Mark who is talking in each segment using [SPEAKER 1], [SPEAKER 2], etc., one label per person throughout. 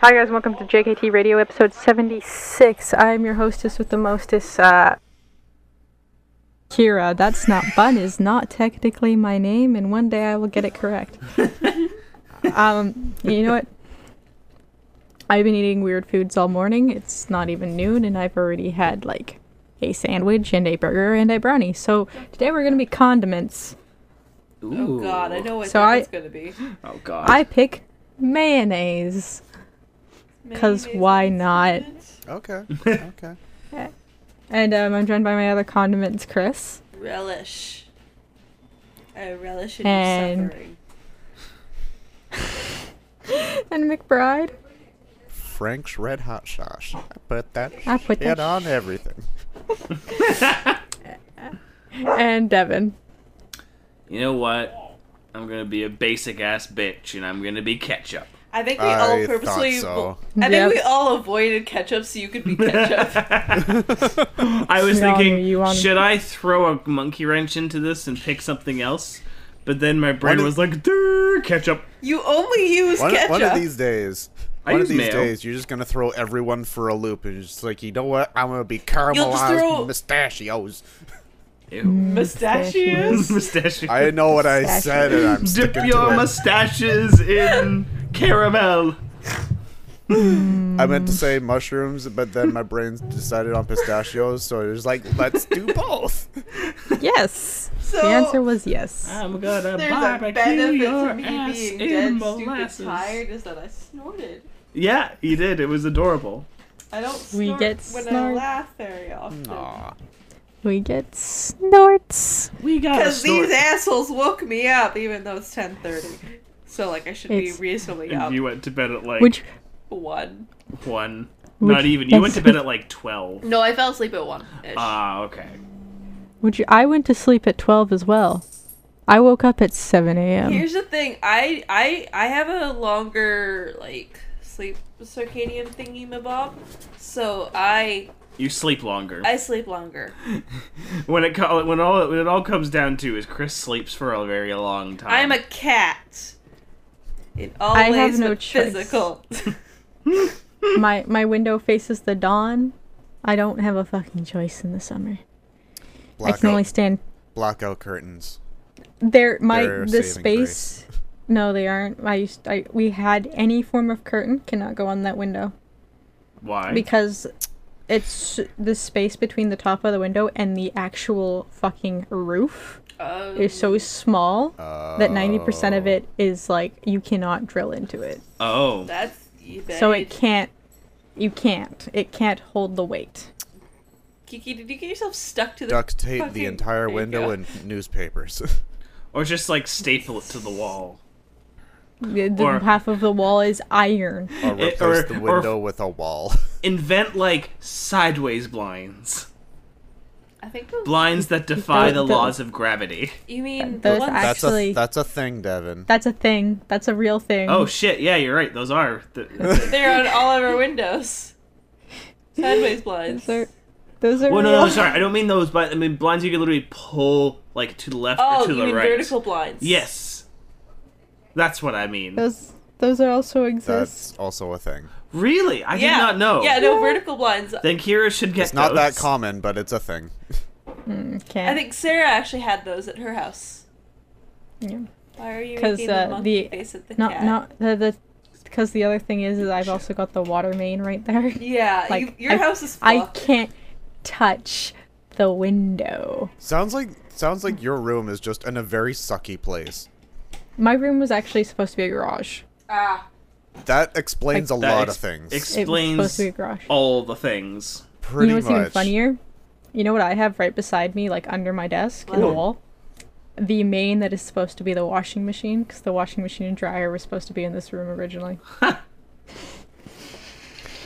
[SPEAKER 1] Hi guys, welcome to JKT Radio episode 76. I'm your hostess with the mostest, uh... Kira. That's not bun is not technically my name, and one day I will get it correct. um, you know what? I've been eating weird foods all morning. It's not even noon, and I've already had like a sandwich and a burger and a brownie. So today we're gonna be condiments.
[SPEAKER 2] Ooh.
[SPEAKER 3] Oh god, I know what
[SPEAKER 1] So I-
[SPEAKER 3] that's gonna be.
[SPEAKER 2] Oh god.
[SPEAKER 1] I pick mayonnaise. 'Cause
[SPEAKER 3] Mayonnaise
[SPEAKER 1] why
[SPEAKER 3] and
[SPEAKER 1] not?
[SPEAKER 3] spinach?
[SPEAKER 4] Okay. Okay.
[SPEAKER 1] And um, I'm joined by my other condiments, Chris.
[SPEAKER 3] Relish. I relish in
[SPEAKER 1] And-
[SPEAKER 3] your suffering.
[SPEAKER 1] And McBride.
[SPEAKER 4] Frank's Red Hot Sauce. I put that
[SPEAKER 1] I put
[SPEAKER 4] shit
[SPEAKER 1] that
[SPEAKER 4] on everything.
[SPEAKER 1] And Devin.
[SPEAKER 2] you know what? I'm gonna be a basic ass bitch and I'm gonna be ketchup.
[SPEAKER 3] I think we
[SPEAKER 4] I
[SPEAKER 3] all
[SPEAKER 4] thought
[SPEAKER 3] purposely.
[SPEAKER 4] so.
[SPEAKER 3] I think
[SPEAKER 1] Yep.
[SPEAKER 3] we all avoided ketchup so you could be ketchup.
[SPEAKER 2] I was
[SPEAKER 1] We all
[SPEAKER 2] thinking,
[SPEAKER 1] knew you wanted-
[SPEAKER 2] should I throw a monkey wrench into this and pick something else? But then my brain
[SPEAKER 4] One of-
[SPEAKER 2] was like, "Durr, ketchup.
[SPEAKER 3] you only use
[SPEAKER 4] One,
[SPEAKER 3] ketchup.
[SPEAKER 4] one of these days.
[SPEAKER 2] I
[SPEAKER 4] one
[SPEAKER 2] use
[SPEAKER 4] of these
[SPEAKER 2] mayo.
[SPEAKER 4] days, you're just gonna throw everyone for a loop, and you're just like, you know what? I'm gonna be caramelized
[SPEAKER 3] throw-
[SPEAKER 4] mustachios.
[SPEAKER 2] Ew.
[SPEAKER 3] Mustachios?
[SPEAKER 2] Mustache.
[SPEAKER 4] I know what I said, and I'm
[SPEAKER 2] Dip
[SPEAKER 4] sticking
[SPEAKER 2] your
[SPEAKER 4] to it.
[SPEAKER 2] mustaches in caramel.
[SPEAKER 4] I meant to say mushrooms, but then my brain decided on pistachios, so it was like, let's do both.
[SPEAKER 1] Yes. Ah.
[SPEAKER 3] So
[SPEAKER 1] the answer was yes.
[SPEAKER 2] I'm gonna
[SPEAKER 3] there's a
[SPEAKER 2] barbecue
[SPEAKER 3] benefit
[SPEAKER 2] your
[SPEAKER 3] to me
[SPEAKER 2] ass
[SPEAKER 3] being dead,
[SPEAKER 2] in
[SPEAKER 3] stupid,
[SPEAKER 2] molasses.
[SPEAKER 3] tired. Is that I snorted?
[SPEAKER 2] Yeah, you did. It was adorable.
[SPEAKER 3] I don't
[SPEAKER 1] We
[SPEAKER 3] snort
[SPEAKER 1] get
[SPEAKER 3] when I
[SPEAKER 1] snort.
[SPEAKER 3] laugh very often.
[SPEAKER 4] Aw.
[SPEAKER 1] We get snorts.
[SPEAKER 2] We got
[SPEAKER 3] Because these assholes woke me up, even though it's ten thirty. So like I should
[SPEAKER 1] It's-
[SPEAKER 3] be reasonably
[SPEAKER 2] And
[SPEAKER 3] up.
[SPEAKER 2] you went to bed at like
[SPEAKER 1] Would you,
[SPEAKER 3] One.
[SPEAKER 2] one.
[SPEAKER 1] Would
[SPEAKER 2] Not
[SPEAKER 1] you-
[SPEAKER 2] even. You went to bed at like twelve.
[SPEAKER 3] No, I fell asleep at one.
[SPEAKER 2] Ah, okay.
[SPEAKER 1] would you? I went to sleep at 12 as well. I woke up at 7 a.m.
[SPEAKER 3] Here's the thing. I I I have a longer like sleep circadian thingy mabob, so I
[SPEAKER 2] You sleep longer.
[SPEAKER 3] I sleep longer.
[SPEAKER 2] When it co- when all when it all comes down to is Chris sleeps for a very long time.
[SPEAKER 3] I am a cat. In all
[SPEAKER 1] I have
[SPEAKER 3] ways
[SPEAKER 1] no
[SPEAKER 3] but
[SPEAKER 1] choice.
[SPEAKER 3] physical.
[SPEAKER 1] My my window faces the dawn. I don't have a fucking choice in the summer. I can only
[SPEAKER 4] Blackout,
[SPEAKER 1] stand
[SPEAKER 4] blackout curtains.
[SPEAKER 1] there. My
[SPEAKER 4] They're
[SPEAKER 1] the
[SPEAKER 4] saving
[SPEAKER 1] space. No, they aren't. I used. I we had any form of curtain cannot go on that window.
[SPEAKER 2] Why?
[SPEAKER 1] because it's the space between the top of the window and the actual fucking roof
[SPEAKER 3] Um,
[SPEAKER 1] is so small that 90% of it is like you cannot drill into it
[SPEAKER 2] oh,
[SPEAKER 3] that's that
[SPEAKER 1] so it can't you can't it can't hold the weight
[SPEAKER 3] Kiki, did you get yourself stuck to the
[SPEAKER 4] Oh. Duct tape
[SPEAKER 3] fucking-
[SPEAKER 4] the entire
[SPEAKER 3] there you
[SPEAKER 4] window
[SPEAKER 3] go.
[SPEAKER 4] and newspapers.
[SPEAKER 2] or just like staple it to the wall.
[SPEAKER 1] the, the
[SPEAKER 2] Or-
[SPEAKER 1] half of the wall is iron
[SPEAKER 4] or
[SPEAKER 2] It-
[SPEAKER 4] replace
[SPEAKER 2] or-
[SPEAKER 4] the
[SPEAKER 2] or-
[SPEAKER 4] window with a wall.
[SPEAKER 2] Invent like sideways blinds,
[SPEAKER 3] I think those,
[SPEAKER 2] blinds that defy the
[SPEAKER 1] Don't- don't-
[SPEAKER 2] laws of gravity.
[SPEAKER 3] you mean the
[SPEAKER 1] those
[SPEAKER 3] ones
[SPEAKER 1] act-
[SPEAKER 4] That's a
[SPEAKER 1] Actually-
[SPEAKER 4] that's a thing, Devin.
[SPEAKER 1] that's a thing that's a real thing
[SPEAKER 2] Oh shit! Yeah, you're right. Those are. The,
[SPEAKER 3] they're on all of our windows. Sideways blinds.
[SPEAKER 1] those are those are
[SPEAKER 2] well, no,
[SPEAKER 1] real.
[SPEAKER 2] no, sorry. I don't mean those. But I mean blinds you can literally pull like to the left
[SPEAKER 3] Oh,
[SPEAKER 2] or to
[SPEAKER 3] you
[SPEAKER 2] the
[SPEAKER 3] mean
[SPEAKER 2] right.
[SPEAKER 3] vertical blinds?
[SPEAKER 2] Yes, that's what I mean.
[SPEAKER 1] those those are also exist
[SPEAKER 4] That's also a thing.
[SPEAKER 2] Really? I
[SPEAKER 3] yeah.
[SPEAKER 2] did not know.
[SPEAKER 3] Yeah, no vertical blinds.
[SPEAKER 2] Then Kira should get
[SPEAKER 4] It's not that
[SPEAKER 2] those.
[SPEAKER 4] common, but it's a thing.
[SPEAKER 1] can't
[SPEAKER 3] I think Sarah actually had those at her house.
[SPEAKER 1] yeah.
[SPEAKER 3] Why are you
[SPEAKER 1] 'Cause,
[SPEAKER 3] making
[SPEAKER 1] uh,
[SPEAKER 3] the monkey
[SPEAKER 1] the-
[SPEAKER 3] face at the
[SPEAKER 1] not
[SPEAKER 3] cat?
[SPEAKER 1] not the the because the other thing is, is I've also got the water main right there.
[SPEAKER 3] yeah,
[SPEAKER 1] like,
[SPEAKER 3] you, your
[SPEAKER 1] I-
[SPEAKER 3] house is
[SPEAKER 1] I
[SPEAKER 3] fucked.
[SPEAKER 1] can't touch the window.
[SPEAKER 4] Sounds like sounds like your room is just in a very sucky place.
[SPEAKER 1] My room was actually supposed to be a garage.
[SPEAKER 3] Ah,
[SPEAKER 4] That explains a
[SPEAKER 2] That
[SPEAKER 4] lot
[SPEAKER 2] ex-
[SPEAKER 4] of things.
[SPEAKER 1] It was supposed
[SPEAKER 2] Explains
[SPEAKER 1] to be a garage.
[SPEAKER 2] all the things.
[SPEAKER 1] You
[SPEAKER 4] pretty
[SPEAKER 1] know what's
[SPEAKER 4] much.
[SPEAKER 1] even funnier? You know what I have right beside me, like under my desk in the
[SPEAKER 3] What?
[SPEAKER 1] wall? The main that is supposed to be the washing machine, because the washing machine and dryer were supposed to be in this room originally.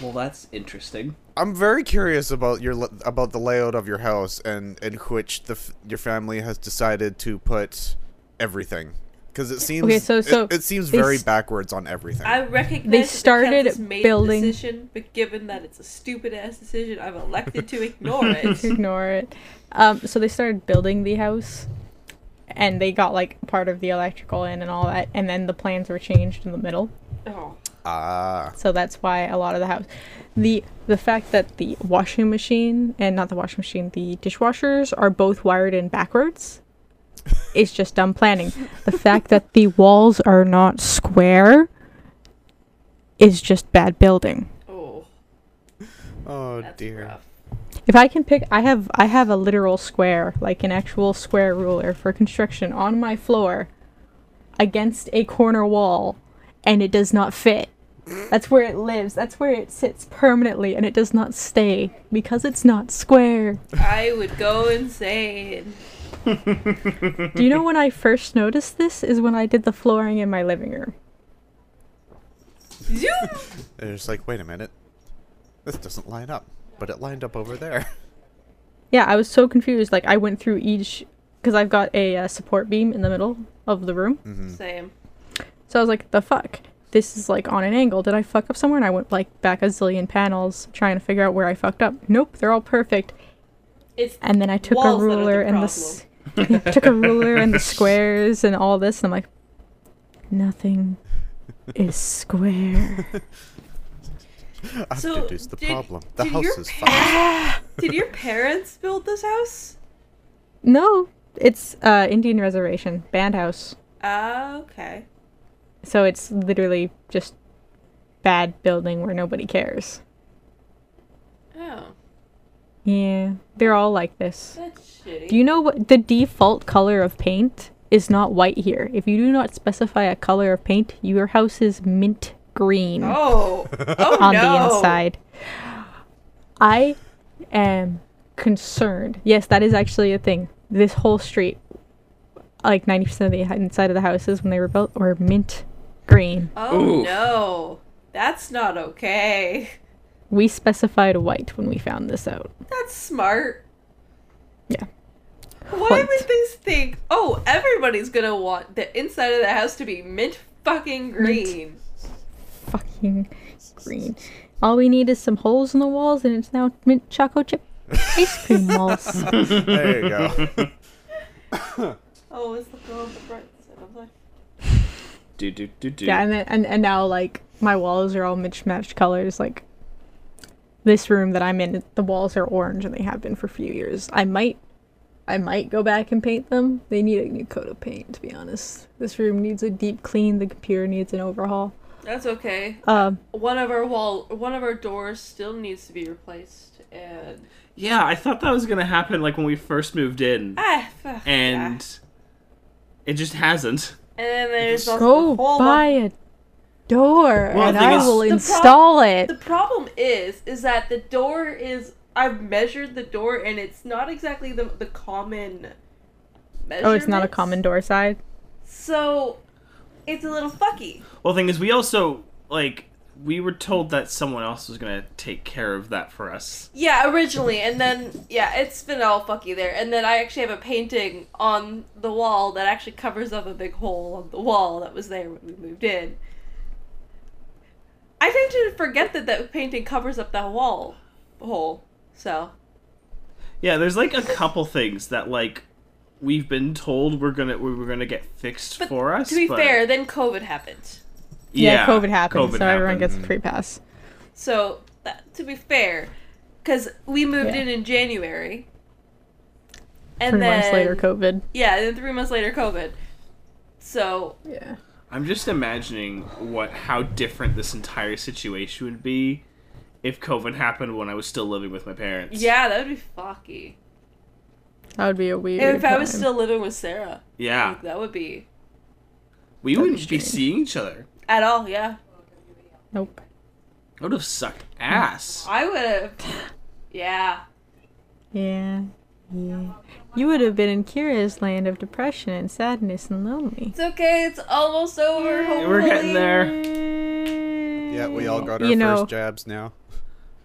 [SPEAKER 2] Well, that's interesting.
[SPEAKER 4] I'm very curious about your la- about the layout of your house and in which the f- your family has decided to put everything because it seems
[SPEAKER 1] so-
[SPEAKER 4] it-
[SPEAKER 1] so
[SPEAKER 4] it, seems
[SPEAKER 1] they
[SPEAKER 4] very
[SPEAKER 1] s-
[SPEAKER 4] backwards on everything.
[SPEAKER 3] I recognize
[SPEAKER 1] They
[SPEAKER 3] that the
[SPEAKER 1] started
[SPEAKER 3] Kansas made
[SPEAKER 1] building-
[SPEAKER 3] the decision, but given that it's a stupid ass decision, I've elected to ignore
[SPEAKER 1] to
[SPEAKER 3] it.
[SPEAKER 1] ignore it. Um, so they started building the house, and they got like part of the electrical in and all that, and then the plans were changed in the middle.
[SPEAKER 3] oh,
[SPEAKER 4] Ah.
[SPEAKER 1] So that's why a lot of the house, the the fact that the washing machine and not the washing machine, the dishwashers are both wired in backwards, is just dumb planning. The fact that the walls are not square is just bad building.
[SPEAKER 3] Oh,
[SPEAKER 4] Oh
[SPEAKER 3] that's
[SPEAKER 4] dear.
[SPEAKER 3] rough.
[SPEAKER 1] If I can pick, I have I have a literal square, like an actual square ruler for construction on my floor, against a corner wall, and it does not fit. That's where it lives. That's where it sits permanently, and it does not stay because it's not square.
[SPEAKER 3] I would go insane.
[SPEAKER 1] Do you know when I first noticed this? Is when I did the flooring in my living room.
[SPEAKER 3] Zoom!
[SPEAKER 4] They're just like, wait a minute, this doesn't line up, but it lined up over there.
[SPEAKER 1] Yeah, I was so confused. Like I went through each because I've got a uh, support beam in the middle of the room.
[SPEAKER 4] Mm-hmm.
[SPEAKER 3] Same.
[SPEAKER 1] So I was like, the fuck? This is like on an angle. Did I fuck up somewhere? And I went like back a zillion panels trying to figure out where I fucked up. Nope, they're all perfect.
[SPEAKER 3] It's
[SPEAKER 1] And then I took a
[SPEAKER 3] Walls that are the
[SPEAKER 1] ruler and the s- yeah, took a ruler and the squares and all this, and I'm like, nothing is square.
[SPEAKER 4] I've
[SPEAKER 3] So,
[SPEAKER 4] deduced the
[SPEAKER 3] did-
[SPEAKER 4] problem. The
[SPEAKER 3] did
[SPEAKER 4] house
[SPEAKER 3] your
[SPEAKER 4] is fine.
[SPEAKER 3] did your parents build this house?
[SPEAKER 1] No, it's uh, Indian reservation band house,
[SPEAKER 3] Ah, okay.
[SPEAKER 1] so it's literally just bad building where nobody cares.
[SPEAKER 3] Oh,
[SPEAKER 1] Yeah, they're all like this.
[SPEAKER 3] that's shitty.
[SPEAKER 1] Do you know what the default color of paint is not white here? If you do not specify a color of paint, your house is mint green
[SPEAKER 3] Oh, oh
[SPEAKER 1] on
[SPEAKER 3] no.
[SPEAKER 1] the inside. I am concerned. Yes, that is actually a thing. This whole street, like 90% of the h- inside of the houses when they were built, were mint green.
[SPEAKER 3] Oh
[SPEAKER 2] Oof.
[SPEAKER 3] no, that's not okay.
[SPEAKER 1] We specified white when we found this out.
[SPEAKER 3] That's smart.
[SPEAKER 1] Yeah.
[SPEAKER 3] Why
[SPEAKER 1] White.
[SPEAKER 3] would they think? Oh, everybody's gonna want the inside of the house to be mint fucking green.
[SPEAKER 1] Fucking green. All we need is some holes in the walls, and it's now mint choco chip ice cream walls.
[SPEAKER 4] there you go.
[SPEAKER 3] Oh, it's the girl on the bright side of life.
[SPEAKER 2] Do do do do.
[SPEAKER 1] Yeah, and then and, and now like my walls are all mismatched colors. Like this room that I'm in, the walls are orange, and they have been for a few years. I might, I might go back and paint them. They need a new coat of paint, to be honest. This room needs a deep clean. The computer needs an overhaul.
[SPEAKER 3] That's okay.
[SPEAKER 1] Um,
[SPEAKER 3] One of our wall, one of our doors still needs to be replaced, and
[SPEAKER 2] Yeah, I thought that was gonna happen like when we first moved in,
[SPEAKER 3] ah, fuck yeah.
[SPEAKER 2] and it just hasn't.
[SPEAKER 3] and then there's also
[SPEAKER 1] go
[SPEAKER 3] the whole
[SPEAKER 1] buy a door,
[SPEAKER 2] Well,
[SPEAKER 1] and
[SPEAKER 2] the thing
[SPEAKER 1] I
[SPEAKER 2] is-
[SPEAKER 1] will
[SPEAKER 2] The
[SPEAKER 3] pro-
[SPEAKER 1] install it.
[SPEAKER 3] The problem is, is that the door is. I've measured the door, and it's not exactly the the common.
[SPEAKER 1] Oh, it's not a
[SPEAKER 3] measurements.
[SPEAKER 1] common door side.
[SPEAKER 3] So, it's a little fucky.
[SPEAKER 2] Well, thing is, we also like we were told that someone else was gonna take care of that for us.
[SPEAKER 3] Yeah, originally, and then yeah, it's been all fucky there. And then I actually have a painting on the wall that actually covers up a big hole on the wall that was there when we moved in. I tend to forget that that painting covers up that wall hole. So
[SPEAKER 2] Yeah, there's like a couple things that like we've been told we're gonna we were gonna get fixed
[SPEAKER 3] But
[SPEAKER 2] for us.
[SPEAKER 3] to be
[SPEAKER 2] but-
[SPEAKER 3] fair, then COVID happened.
[SPEAKER 1] Yeah, COVID happened,
[SPEAKER 2] COVID
[SPEAKER 1] so everyone
[SPEAKER 2] happened.
[SPEAKER 1] gets a free pass.
[SPEAKER 3] So that, to be fair, because we moved
[SPEAKER 1] Yeah.
[SPEAKER 3] in in January, and
[SPEAKER 1] Three
[SPEAKER 3] then
[SPEAKER 1] months later, COVID.
[SPEAKER 3] yeah, and then three months later COVID. So
[SPEAKER 1] Yeah.
[SPEAKER 2] I'm just imagining what how different this entire situation would be if COVID happened when I was still living with my parents.
[SPEAKER 3] yeah, that would be fucky.
[SPEAKER 1] That would be a weird.
[SPEAKER 3] And if I was
[SPEAKER 1] time.
[SPEAKER 3] still living with Sarah,
[SPEAKER 2] Yeah.
[SPEAKER 3] like, that would be
[SPEAKER 2] We
[SPEAKER 1] That'd be
[SPEAKER 2] wouldn't be
[SPEAKER 1] strange.
[SPEAKER 2] seeing each other.
[SPEAKER 3] at all. Yeah,
[SPEAKER 1] Nope.
[SPEAKER 2] It would have sucked ass.
[SPEAKER 3] I would have. Yeah,
[SPEAKER 1] Yeah. Yeah. You would have been in Kira's land of depression and sadness and lonely.
[SPEAKER 3] it's okay. It's almost over. Hopefully.
[SPEAKER 2] We're getting there.
[SPEAKER 4] Yeah, we all got our
[SPEAKER 1] You know-
[SPEAKER 4] first jabs now.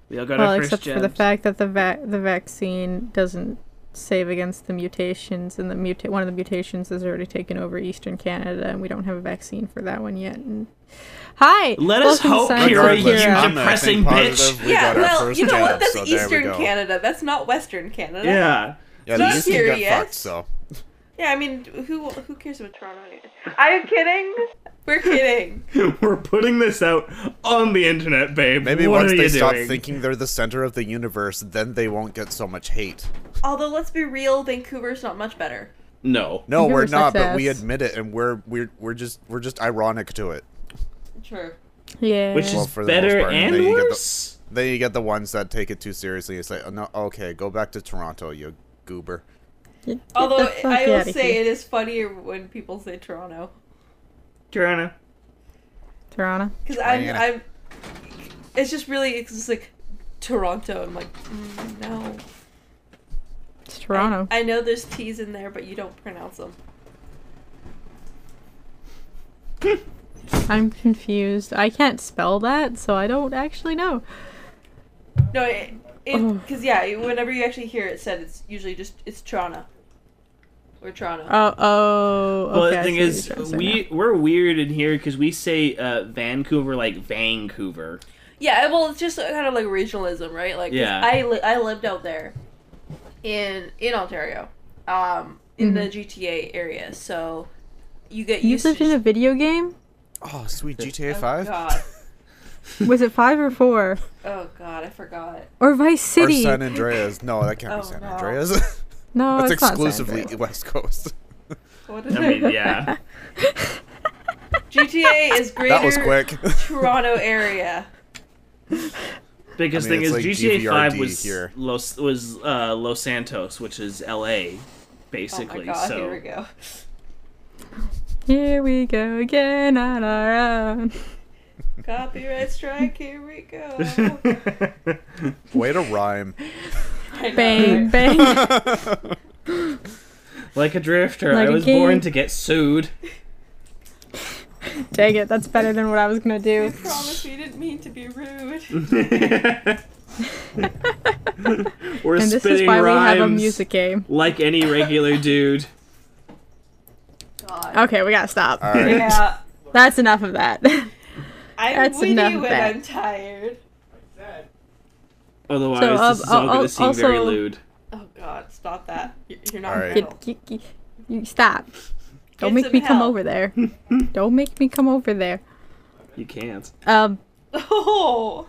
[SPEAKER 2] We all got
[SPEAKER 1] Well,
[SPEAKER 2] our first
[SPEAKER 1] except for the
[SPEAKER 2] jabs.
[SPEAKER 1] fact that the va- the vaccine doesn't save against the mutations, and the muta- one of the mutations has already taken over Eastern Canada, and we don't have a vaccine for that one yet. And hi,
[SPEAKER 2] Let us
[SPEAKER 1] welcome,
[SPEAKER 2] hope,
[SPEAKER 1] Science
[SPEAKER 2] Kira,
[SPEAKER 1] of
[SPEAKER 2] you
[SPEAKER 1] Kira.
[SPEAKER 2] can- depressing bitch.
[SPEAKER 4] We
[SPEAKER 3] yeah,
[SPEAKER 4] got our
[SPEAKER 3] well,
[SPEAKER 4] first
[SPEAKER 3] you know what?
[SPEAKER 4] jabs,
[SPEAKER 3] That's
[SPEAKER 4] so there we
[SPEAKER 3] Eastern
[SPEAKER 4] go.
[SPEAKER 3] Canada. That's not Western Canada.
[SPEAKER 2] Yeah.
[SPEAKER 4] Yeah,
[SPEAKER 3] Not
[SPEAKER 4] the East can get
[SPEAKER 3] serious.
[SPEAKER 4] fucked, so.
[SPEAKER 3] Yeah, I mean, who who cares about Toronto? Are you kidding? We're kidding.
[SPEAKER 2] We're putting this out on the internet, babe.
[SPEAKER 4] Maybe
[SPEAKER 2] What
[SPEAKER 4] once
[SPEAKER 2] are
[SPEAKER 4] they
[SPEAKER 2] you
[SPEAKER 4] stop
[SPEAKER 2] doing?
[SPEAKER 4] thinking they're the center of the universe, then they won't get so much hate.
[SPEAKER 3] Although, let's be real, Vancouver's not much better.
[SPEAKER 2] No.
[SPEAKER 4] No, we're
[SPEAKER 1] Vancouver
[SPEAKER 4] not,
[SPEAKER 1] sucks
[SPEAKER 4] but we
[SPEAKER 1] ass.
[SPEAKER 4] admit it, and we're we're we're just we're just ironic to it.
[SPEAKER 3] True.
[SPEAKER 1] Yeah.
[SPEAKER 2] Which
[SPEAKER 4] Well,
[SPEAKER 2] is
[SPEAKER 4] for the most
[SPEAKER 2] better
[SPEAKER 4] part,
[SPEAKER 2] and
[SPEAKER 4] they get the-
[SPEAKER 2] worse.
[SPEAKER 4] Then you get the ones that take it too seriously and say, oh, "No, okay, go back to Toronto, you goober."
[SPEAKER 1] Get- get the
[SPEAKER 3] Although
[SPEAKER 1] fuck
[SPEAKER 3] I will
[SPEAKER 1] outta
[SPEAKER 3] say
[SPEAKER 1] here.
[SPEAKER 3] it is funnier when people say Toronto
[SPEAKER 2] Toronto.
[SPEAKER 1] Toronto.
[SPEAKER 3] because I'm
[SPEAKER 4] Toronto.
[SPEAKER 3] I'm. It's just really it's just like Toronto. I'm like mm, no.
[SPEAKER 1] It's Toronto.
[SPEAKER 3] I, I know there's T's in there, but you don't pronounce them.
[SPEAKER 1] I, am confused. I can't spell that, so I don't actually know.
[SPEAKER 3] No, it
[SPEAKER 1] Ugh.
[SPEAKER 3] because yeah, it- whenever you actually hear it said, it's usually just it's Toronto or Toronto.
[SPEAKER 1] Oh, oh.
[SPEAKER 2] Well,
[SPEAKER 1] okay,
[SPEAKER 2] the
[SPEAKER 1] I
[SPEAKER 2] thing
[SPEAKER 1] see what
[SPEAKER 2] is,
[SPEAKER 1] you're trying to say
[SPEAKER 2] we we're weird in here because we say uh, Vancouver like Vancouver.
[SPEAKER 3] Yeah, uh, well, it's just kind of like regionalism, right? Like, 'cause
[SPEAKER 2] Yeah.
[SPEAKER 3] I li- I lived out there in in Ontario, um, in the GTA area, so you get
[SPEAKER 1] now. You
[SPEAKER 3] used
[SPEAKER 1] Mm-hmm. lived
[SPEAKER 3] to
[SPEAKER 1] in a
[SPEAKER 3] just-
[SPEAKER 1] video game?
[SPEAKER 4] Oh, sweet GTA
[SPEAKER 3] Oh,
[SPEAKER 4] Five
[SPEAKER 3] God.
[SPEAKER 1] Was it five or four?
[SPEAKER 3] Oh God, I forgot.
[SPEAKER 1] Or Vice
[SPEAKER 4] or
[SPEAKER 1] City?
[SPEAKER 4] San Andreas? No, that can't
[SPEAKER 3] Oh,
[SPEAKER 4] be San
[SPEAKER 3] no.
[SPEAKER 4] Andreas.
[SPEAKER 1] no,
[SPEAKER 4] That's
[SPEAKER 1] Oh, it's not San
[SPEAKER 4] exclusively
[SPEAKER 1] Andreas.
[SPEAKER 4] West Coast.
[SPEAKER 3] What is
[SPEAKER 2] I mean,
[SPEAKER 3] it?
[SPEAKER 2] yeah.
[SPEAKER 3] GTA is greater
[SPEAKER 4] that was quick.
[SPEAKER 3] Toronto area.
[SPEAKER 2] Because
[SPEAKER 4] I mean,
[SPEAKER 2] thing is,
[SPEAKER 4] it's like
[SPEAKER 2] GTA Five
[SPEAKER 4] GVRD
[SPEAKER 2] was
[SPEAKER 4] here.
[SPEAKER 2] Los was uh, Los Santos, which is L.A.
[SPEAKER 3] Oh my
[SPEAKER 2] Basically,
[SPEAKER 3] God,
[SPEAKER 2] so
[SPEAKER 3] here we go.
[SPEAKER 1] Here we go again on our own.
[SPEAKER 3] Copyright strike. Here we go.
[SPEAKER 4] Way to rhyme.
[SPEAKER 3] I know,
[SPEAKER 1] Bang,
[SPEAKER 3] right?
[SPEAKER 1] bang.
[SPEAKER 2] like a drifter,
[SPEAKER 1] Like a
[SPEAKER 2] I was
[SPEAKER 1] king.
[SPEAKER 2] born to get sued.
[SPEAKER 1] Dang it, that's better than what I was gonna
[SPEAKER 3] We
[SPEAKER 1] do.
[SPEAKER 3] promise we didn't mean to be rude.
[SPEAKER 2] we're
[SPEAKER 1] And this
[SPEAKER 2] spitting
[SPEAKER 1] is why we have a
[SPEAKER 2] rhymes
[SPEAKER 1] music game.
[SPEAKER 2] like any regular dude.
[SPEAKER 3] God.
[SPEAKER 1] Okay, we gotta stop.
[SPEAKER 4] All right.
[SPEAKER 3] Yeah.
[SPEAKER 1] That's enough of that.
[SPEAKER 3] I'm
[SPEAKER 1] That's
[SPEAKER 3] witty
[SPEAKER 1] enough of
[SPEAKER 3] when
[SPEAKER 1] that.
[SPEAKER 3] I'm tired.
[SPEAKER 2] Otherwise,
[SPEAKER 1] So, um,
[SPEAKER 2] this is all
[SPEAKER 1] al-
[SPEAKER 2] going to
[SPEAKER 1] al-
[SPEAKER 2] seem very
[SPEAKER 1] also-
[SPEAKER 2] lewd.
[SPEAKER 3] Oh God, stop that! You're, you're not
[SPEAKER 4] All right.
[SPEAKER 1] you,
[SPEAKER 3] metal.
[SPEAKER 1] you- you- you stop. Don't
[SPEAKER 3] Get
[SPEAKER 1] make
[SPEAKER 3] some
[SPEAKER 1] me come
[SPEAKER 3] help.
[SPEAKER 1] over there. Don't make me come over there.
[SPEAKER 2] You can't.
[SPEAKER 1] Um,
[SPEAKER 3] Oh,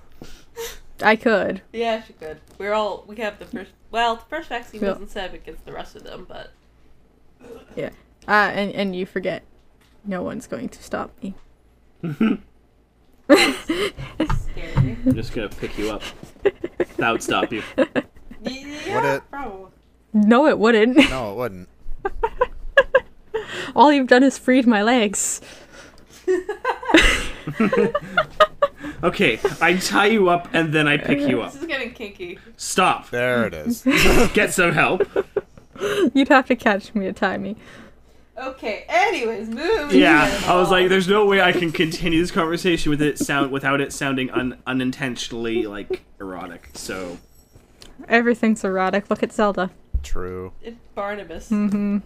[SPEAKER 1] I could.
[SPEAKER 3] yeah, she could. We're all we have the first. Well, the first vaccine
[SPEAKER 1] Yeah.
[SPEAKER 3] wasn't set against the rest of them, but
[SPEAKER 1] Uh, and and you forget. No one's going to stop me.
[SPEAKER 3] scary.
[SPEAKER 2] I'm just going to pick you up. That would stop you.
[SPEAKER 3] yeah,
[SPEAKER 4] it-
[SPEAKER 3] probably.
[SPEAKER 1] No, it wouldn't.
[SPEAKER 4] No, it wouldn't.
[SPEAKER 1] All you've done is freed my legs.
[SPEAKER 2] Okay, I tie you up and then I pick you up.
[SPEAKER 3] This is getting kinky.
[SPEAKER 2] Stop.
[SPEAKER 4] There it is.
[SPEAKER 2] Get some help.
[SPEAKER 1] You'd have to catch me to tie me.
[SPEAKER 3] Okay. Anyways, moving.
[SPEAKER 2] Yeah, I was
[SPEAKER 3] along.
[SPEAKER 2] like, there's no way I can continue this conversation with it sound without it sounding un- unintentionally like erotic. So
[SPEAKER 1] Everything's erotic. Look at Zelda.
[SPEAKER 4] True.
[SPEAKER 3] It's Barnabas.
[SPEAKER 1] Mm-hmm.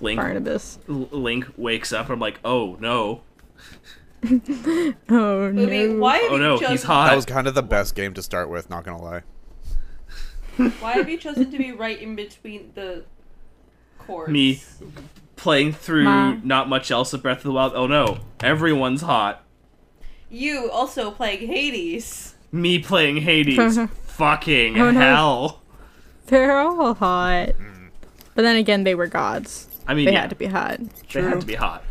[SPEAKER 2] Link
[SPEAKER 1] Barnabas.
[SPEAKER 2] L- Link wakes up. I'm like, oh no,
[SPEAKER 1] Oh
[SPEAKER 3] I mean,
[SPEAKER 1] no.
[SPEAKER 3] why have
[SPEAKER 2] oh
[SPEAKER 3] you
[SPEAKER 2] no,
[SPEAKER 3] chosen?
[SPEAKER 2] he's hot.
[SPEAKER 4] That was kind of the best game to start with. Not gonna lie.
[SPEAKER 3] Why have you chosen to be right in between the chords?
[SPEAKER 2] Me. Playing through
[SPEAKER 1] Ma.
[SPEAKER 2] not much else of Breath of the Wild. Oh no, everyone's hot.
[SPEAKER 3] You also playing Hades.
[SPEAKER 2] Me playing Hades. Fucking
[SPEAKER 1] Oh, no.
[SPEAKER 2] hell.
[SPEAKER 1] They're all hot. But then again, they were gods.
[SPEAKER 2] I mean,
[SPEAKER 1] They
[SPEAKER 2] Hmm. yeah,
[SPEAKER 1] had to be hot.
[SPEAKER 2] they had to be hot.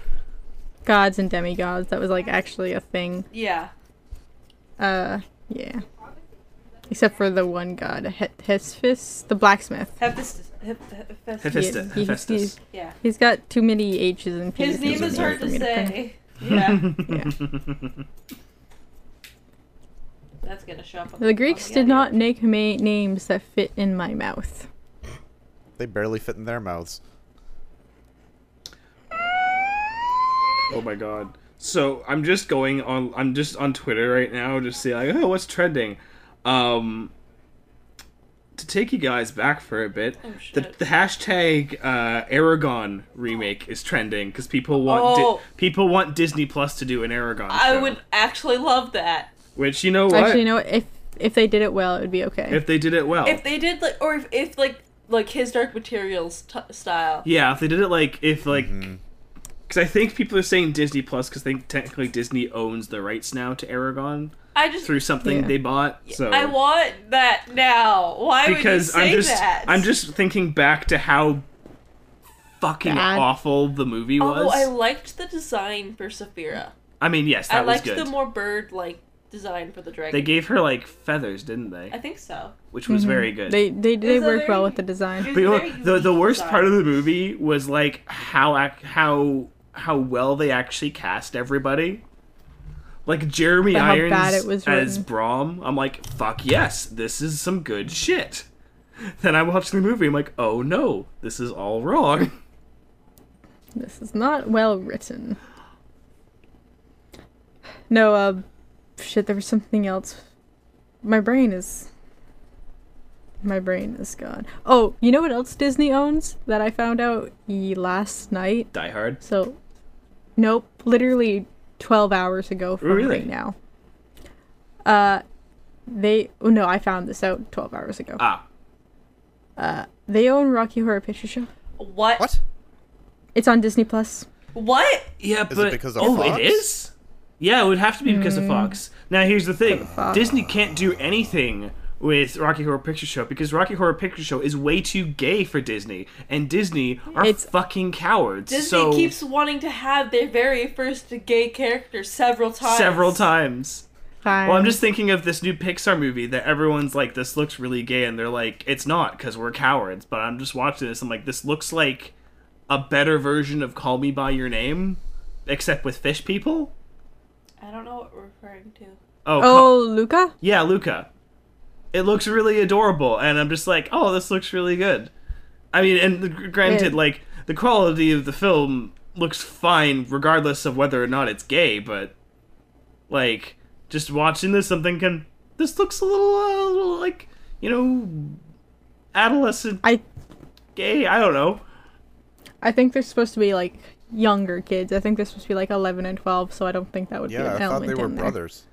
[SPEAKER 1] Gods and demigods. That was like actually a thing.
[SPEAKER 3] Yeah.
[SPEAKER 1] Uh, yeah. Except for the one god, He- Hesphus, the blacksmith.
[SPEAKER 3] Hephaestus. Hep- Hep- Hephaestus.
[SPEAKER 2] Hephaestus.
[SPEAKER 1] he- he-
[SPEAKER 2] Hephaestus.
[SPEAKER 3] Yeah.
[SPEAKER 1] He's got too many H's and P's.
[SPEAKER 3] His name
[SPEAKER 1] in
[SPEAKER 3] is
[SPEAKER 1] order
[SPEAKER 3] hard
[SPEAKER 1] for
[SPEAKER 3] to
[SPEAKER 1] me pronounce.
[SPEAKER 3] say. Yeah,
[SPEAKER 1] Yeah.
[SPEAKER 3] that's gonna show up. On
[SPEAKER 1] The Greeks
[SPEAKER 3] on
[SPEAKER 1] did not
[SPEAKER 3] audio.
[SPEAKER 1] make ma- names that fit in my mouth.
[SPEAKER 4] They barely fit in their mouths.
[SPEAKER 2] Oh my god. So I'm just going on. I'm just on Twitter right now, just see like, oh, what's trending. Um, to take you guys back for a bit,
[SPEAKER 3] Oh,
[SPEAKER 2] the,
[SPEAKER 3] shit.
[SPEAKER 2] the hashtag uh, Aragon remake is trending because people want
[SPEAKER 3] Oh.
[SPEAKER 2] Di- people want Disney Plus to do an Aragon.
[SPEAKER 3] I
[SPEAKER 2] show.
[SPEAKER 3] would actually love that
[SPEAKER 2] Which you know what?
[SPEAKER 1] Actually, you know what? If if they did it well, it would be okay.
[SPEAKER 2] if they did it well,
[SPEAKER 3] if they did like, or if, if like like his Dark Materials t- style.
[SPEAKER 2] Yeah, if they did it like if like because I think people are saying Disney Plus because think technically Disney owns the rights now to Aragon
[SPEAKER 3] I just
[SPEAKER 2] through something
[SPEAKER 1] Yeah.
[SPEAKER 2] they bought. So
[SPEAKER 3] I want that now. Why
[SPEAKER 2] because
[SPEAKER 3] would you say
[SPEAKER 2] I'm just
[SPEAKER 3] that?
[SPEAKER 2] I'm just thinking back to how fucking
[SPEAKER 1] Bad.
[SPEAKER 2] awful the movie was.
[SPEAKER 3] Although I liked the design for Saphira.
[SPEAKER 2] I mean, yes,
[SPEAKER 3] Oh, I
[SPEAKER 2] that was
[SPEAKER 3] liked
[SPEAKER 2] good.
[SPEAKER 3] the more bird like design for the dragon.
[SPEAKER 2] they gave her like feathers, didn't they?
[SPEAKER 3] I think so.
[SPEAKER 2] Which was very good.
[SPEAKER 1] They they they
[SPEAKER 3] It's a
[SPEAKER 1] work well
[SPEAKER 3] very-
[SPEAKER 1] with the design.
[SPEAKER 3] It
[SPEAKER 2] But you
[SPEAKER 3] was
[SPEAKER 2] know,
[SPEAKER 3] very
[SPEAKER 2] the the
[SPEAKER 3] unique
[SPEAKER 2] worst
[SPEAKER 3] design.
[SPEAKER 2] part of the movie was like how ac- how how well they actually cast everybody. Like Jeremy
[SPEAKER 1] But how
[SPEAKER 2] Irons
[SPEAKER 1] bad it was
[SPEAKER 2] as
[SPEAKER 1] written.
[SPEAKER 2] Brom, I'm like, fuck yes, this is some good shit. Then I watched the movie, I'm like, oh no, this is all wrong.
[SPEAKER 1] This is not well written. No, uh, shit. There was something else. My brain is. My brain is gone. Oh, you know what else Disney owns that I found out ye last night?
[SPEAKER 2] Die Hard.
[SPEAKER 1] So, nope, literally 12 hours ago from
[SPEAKER 2] Really?
[SPEAKER 1] right now. Uh, they, oh no, I found this out 12 hours ago.
[SPEAKER 2] Ah,
[SPEAKER 1] They own Rocky Horror Picture Show.
[SPEAKER 3] What?
[SPEAKER 4] What?
[SPEAKER 1] It's on Disney Plus.
[SPEAKER 3] What?
[SPEAKER 2] yeah,
[SPEAKER 4] it
[SPEAKER 2] but
[SPEAKER 4] because of
[SPEAKER 2] oh,
[SPEAKER 4] Fox?
[SPEAKER 2] it is. Yeah, it would have to be because of Fox. Now here's the thing: Disney can't do anything with Rocky Horror Picture Show because Rocky Horror Picture Show is way too gay for Disney, and Disney are
[SPEAKER 1] It's-
[SPEAKER 2] fucking cowards.
[SPEAKER 3] Disney
[SPEAKER 2] so
[SPEAKER 3] keeps wanting to have their very first gay character several times.
[SPEAKER 2] several times. Well, I'm just thinking of this new Pixar movie that everyone's like, "This looks really gay," and they're like, "It's not because we're cowards." But I'm just watching this. I'm like, "This looks like a better version of Call Me by Your Name, except with fish people."
[SPEAKER 3] I don't know what we're referring to.
[SPEAKER 2] Oh, Call-
[SPEAKER 1] Oh, Luca?
[SPEAKER 2] Yeah, Luca. It looks really adorable, and I'm just like, oh, this looks really good. I mean, and the- granted,
[SPEAKER 1] Yeah.
[SPEAKER 2] like the quality of the film looks fine, regardless of whether or not it's gay. But like, just watching this, I'm thinking this looks a little, uh, little like you know, adolescent
[SPEAKER 1] I
[SPEAKER 2] gay. I don't know.
[SPEAKER 1] I think they're supposed to be like younger kids. I think they're supposed to be like 11 and 12, so I don't think that would be
[SPEAKER 4] Yeah,
[SPEAKER 1] an
[SPEAKER 4] I thought
[SPEAKER 1] element
[SPEAKER 4] they were
[SPEAKER 1] in there.
[SPEAKER 4] brothers.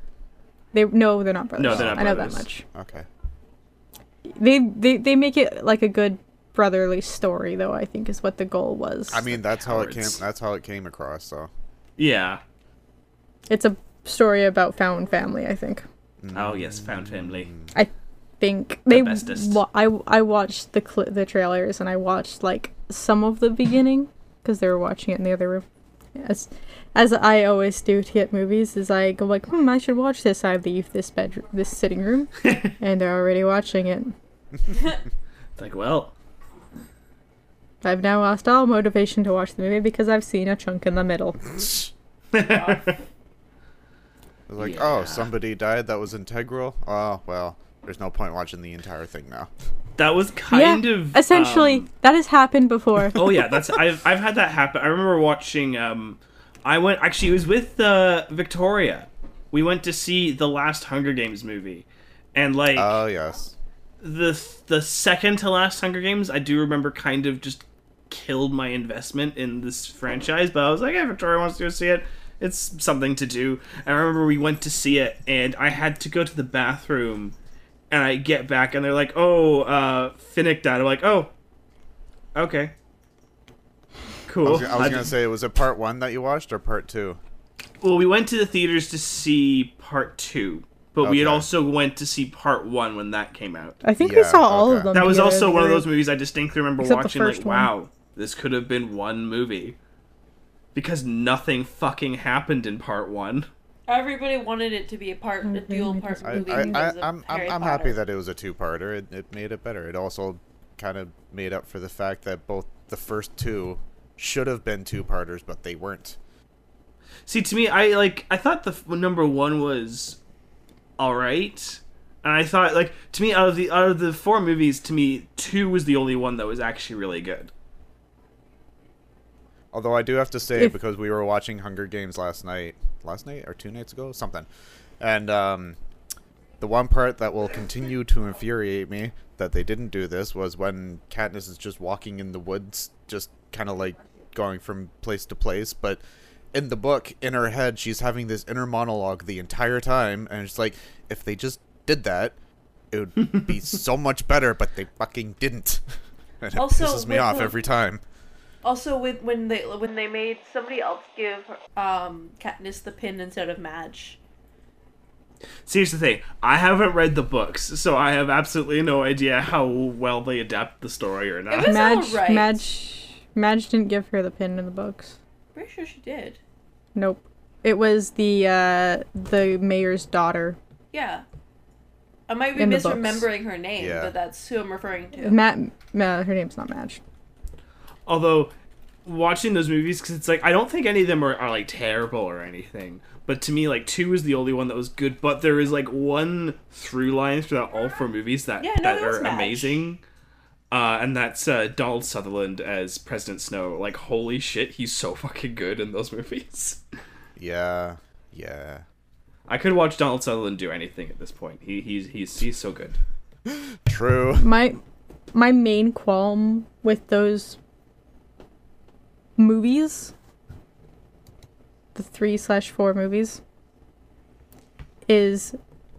[SPEAKER 1] They no, they're not brothers.
[SPEAKER 2] they're not
[SPEAKER 1] I know
[SPEAKER 2] brothers.
[SPEAKER 1] that much.
[SPEAKER 4] Okay.
[SPEAKER 1] They they they make it like a good brotherly story though, I think is what the goal was.
[SPEAKER 4] I mean, that's how it came.
[SPEAKER 2] cowards.
[SPEAKER 4] That's how it came across. So
[SPEAKER 2] Yeah.
[SPEAKER 1] it's a story about found family, I think.
[SPEAKER 2] Oh yes, found family.
[SPEAKER 1] I think they.
[SPEAKER 2] bestest.
[SPEAKER 1] wa- I I watched the cli the trailers and I watched like some of the beginning because they were watching it in the other room. As as I always do to get movies, is I go like, hmm, I should watch this. I leave this bedroom, this sitting room, and they're already watching it.
[SPEAKER 2] It's like, well,
[SPEAKER 1] I've now lost all motivation to watch the movie because I've seen a chunk in the middle.
[SPEAKER 4] it was like,
[SPEAKER 2] Yeah.
[SPEAKER 4] oh, somebody died that was integral. Oh well, there's no point watching the entire thing now.
[SPEAKER 2] that was kind
[SPEAKER 1] yeah,
[SPEAKER 2] of
[SPEAKER 1] essentially
[SPEAKER 2] um,
[SPEAKER 1] that has happened before.
[SPEAKER 2] oh yeah, that's I've I've had that happen. I remember watching. Um, I went actually. It was with uh, Victoria. We went to see the last Hunger Games movie, and like
[SPEAKER 4] Oh yes.
[SPEAKER 2] the the second to last Hunger Games, I do remember kind of just killed my investment in this franchise. But I was like, "Hey, Victoria wants to go see it. It's something to do." And I remember we went to see it, and I had to go to the bathroom, and I get back, and they're like, "Oh, uh, Finnick died." I'm like, "Oh, okay, cool."
[SPEAKER 4] I was, I was
[SPEAKER 2] I
[SPEAKER 4] gonna
[SPEAKER 2] d-
[SPEAKER 4] say, was it part one that you watched or part two?
[SPEAKER 2] well, we went to the theaters to see part two, but we had
[SPEAKER 4] Okay.
[SPEAKER 2] also went to see part one when that came out.
[SPEAKER 1] I think we
[SPEAKER 4] Yeah,
[SPEAKER 1] saw all of
[SPEAKER 4] okay.
[SPEAKER 1] them.
[SPEAKER 2] That was
[SPEAKER 1] together
[SPEAKER 2] also one of
[SPEAKER 1] together.
[SPEAKER 2] those movies I distinctly remember
[SPEAKER 1] Except the
[SPEAKER 2] watching. Like,
[SPEAKER 1] first one.
[SPEAKER 2] wow, this could have been one movie because nothing fucking happened in part one.
[SPEAKER 3] Everybody wanted it to be a part, a dual part
[SPEAKER 4] I,
[SPEAKER 3] movie.
[SPEAKER 4] I, I,
[SPEAKER 3] because of
[SPEAKER 4] I'm,
[SPEAKER 3] Harry
[SPEAKER 4] I'm, I'm
[SPEAKER 3] Potter.
[SPEAKER 4] happy that it was a two-parter. It, it made it better. It also kind of made up for the fact that both the first two should have been two-parters, but they weren't.
[SPEAKER 2] See, to me, I like. I thought the f- number one was all right, and I thought like to me out of the out of the four movies, to me, two was the only one that was actually really good.
[SPEAKER 4] Although I do have to say,
[SPEAKER 1] If-
[SPEAKER 4] because we were watching Hunger Games last night, last night or two nights ago, something, and um, the one part that will continue to infuriate me that they didn't do this was when Katniss is just walking in the woods, just kind of like going from place to place. But in the book, in her head, she's having this inner monologue the entire time, and it's like if they just did that, it would be so much better. But they fucking didn't. and
[SPEAKER 3] Also,
[SPEAKER 4] it pisses me
[SPEAKER 3] with
[SPEAKER 4] off
[SPEAKER 3] the-
[SPEAKER 4] every time.
[SPEAKER 3] Also, with when they when they made somebody else give um Katniss the pin instead of Madge.
[SPEAKER 2] See, here's the thing. I haven't read the books, so I have absolutely no idea how well they adapt the story or
[SPEAKER 3] It
[SPEAKER 2] not.
[SPEAKER 3] was
[SPEAKER 1] Madge,
[SPEAKER 3] alright.
[SPEAKER 1] Madge, Madge didn't give her the pin in the books.
[SPEAKER 3] Pretty sure she did.
[SPEAKER 1] Nope. It was the uh, the mayor's daughter.
[SPEAKER 3] Yeah. I might be
[SPEAKER 1] In the books.
[SPEAKER 3] misremembering her name,
[SPEAKER 4] Yeah.
[SPEAKER 3] but that's who I'm referring to.
[SPEAKER 1] Matt, uh, her name's not Madge.
[SPEAKER 2] Although, watching those movies, because it's like, I don't think any of them are, are like terrible or anything. But to me, like, two is the only one that was good, but there is like one through line throughout all four movies that,
[SPEAKER 3] Yeah, no,
[SPEAKER 2] that
[SPEAKER 3] that was
[SPEAKER 2] are
[SPEAKER 3] Madge.
[SPEAKER 2] amazing. Uh, and that's uh, Donald Sutherland as President Snow. Like, holy shit, he's so fucking good in those movies.
[SPEAKER 4] Yeah, yeah.
[SPEAKER 2] I could watch Donald Sutherland do anything at this point. He, he's, he's, he's so good.
[SPEAKER 4] True.
[SPEAKER 1] my my main qualm with those movies the three slash four movies is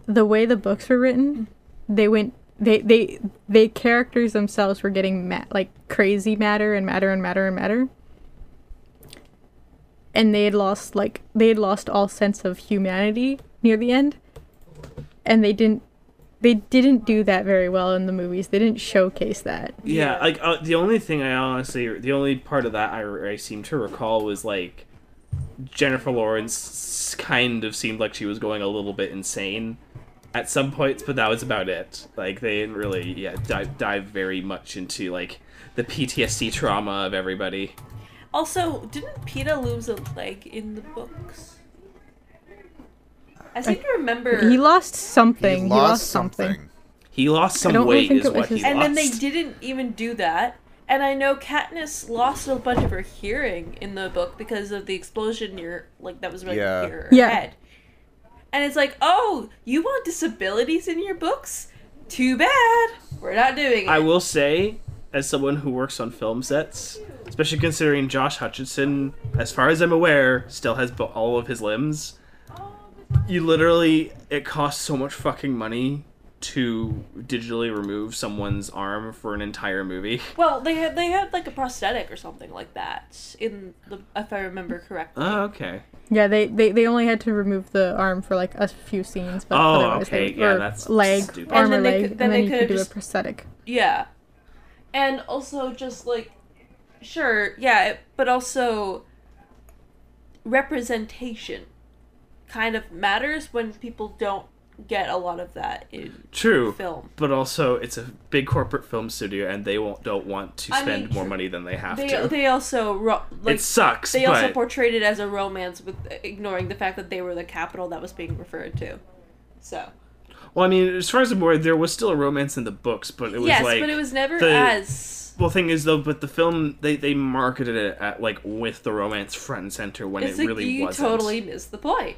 [SPEAKER 1] the way the books were written they went they they they characters themselves were getting ma- like crazy matter and matter and matter and matter and they had lost like they had lost all sense of humanity near the end and they didn't they didn't do that very well in the movies. They didn't showcase that.
[SPEAKER 2] Yeah,
[SPEAKER 3] Yeah.
[SPEAKER 2] like uh, the only thing I honestly, the only part of that I, I seem to recall was like Jennifer Lawrence kind of seemed like she was going a little bit insane at some points, but that was about it. Like they didn't really, yeah, dive dive very much into like the PTSD trauma of everybody.
[SPEAKER 3] Also, didn't Peeta lose a leg in the books? I seem to remember.
[SPEAKER 1] He lost something. He lost, something.
[SPEAKER 2] He
[SPEAKER 1] I
[SPEAKER 2] lost some
[SPEAKER 1] don't really
[SPEAKER 2] weight,
[SPEAKER 1] think
[SPEAKER 2] is
[SPEAKER 1] it was
[SPEAKER 2] what he
[SPEAKER 1] his-
[SPEAKER 2] lost.
[SPEAKER 3] and then they didn't even do that. And I know Katniss lost a bunch of her hearing in the book because of the explosion near, like that was really
[SPEAKER 4] Yeah.
[SPEAKER 3] near her
[SPEAKER 1] Yeah.
[SPEAKER 3] head. And it's like, oh, you want disabilities in your books? Too bad. We're not doing it.
[SPEAKER 2] I will say, as someone who works on film sets, especially considering Josh Hutcherson, as far as I'm aware, still has bo- all of his limbs. You literally, it costs so much fucking money to digitally remove someone's arm for an entire movie.
[SPEAKER 3] Well, they had they had like a prosthetic or something like that in the if I remember correctly.
[SPEAKER 2] Oh, okay.
[SPEAKER 1] Yeah, they, they they only had to remove the arm for like a few scenes, but
[SPEAKER 2] Oh,
[SPEAKER 1] otherwise
[SPEAKER 2] okay,
[SPEAKER 1] they
[SPEAKER 2] yeah,
[SPEAKER 1] or
[SPEAKER 2] that's
[SPEAKER 1] leg,
[SPEAKER 2] stupid.
[SPEAKER 1] arm
[SPEAKER 3] And
[SPEAKER 1] or
[SPEAKER 3] then they
[SPEAKER 1] leg,
[SPEAKER 3] could-
[SPEAKER 1] and
[SPEAKER 3] then
[SPEAKER 1] then
[SPEAKER 3] they
[SPEAKER 1] you could
[SPEAKER 3] could've
[SPEAKER 1] do a
[SPEAKER 3] just-
[SPEAKER 1] prosthetic.
[SPEAKER 3] Yeah. And also just like sure, yeah, it- but also representation kind of matters when people don't get a lot of that in
[SPEAKER 2] True.
[SPEAKER 3] film.
[SPEAKER 2] But also, it's a big corporate film studio, and they won't don't want to
[SPEAKER 3] I mean,
[SPEAKER 2] spend more
[SPEAKER 3] true.
[SPEAKER 2] money than they have
[SPEAKER 3] They
[SPEAKER 2] to.
[SPEAKER 3] they also ro- like
[SPEAKER 2] it sucks.
[SPEAKER 3] they
[SPEAKER 2] but
[SPEAKER 3] also portrayed it as a romance with ignoring the fact that they were the capital that was being referred to. So
[SPEAKER 2] well, I mean, as far as I'm aware, there was still a romance in the books, but it was
[SPEAKER 3] yes,
[SPEAKER 2] like
[SPEAKER 3] but it was never
[SPEAKER 2] the-
[SPEAKER 3] as
[SPEAKER 2] Well, thing is though, but the film they they marketed it at like with the romance front and center when
[SPEAKER 3] it's
[SPEAKER 2] it
[SPEAKER 3] like
[SPEAKER 2] really
[SPEAKER 3] you
[SPEAKER 2] wasn't.
[SPEAKER 3] totally missed the point.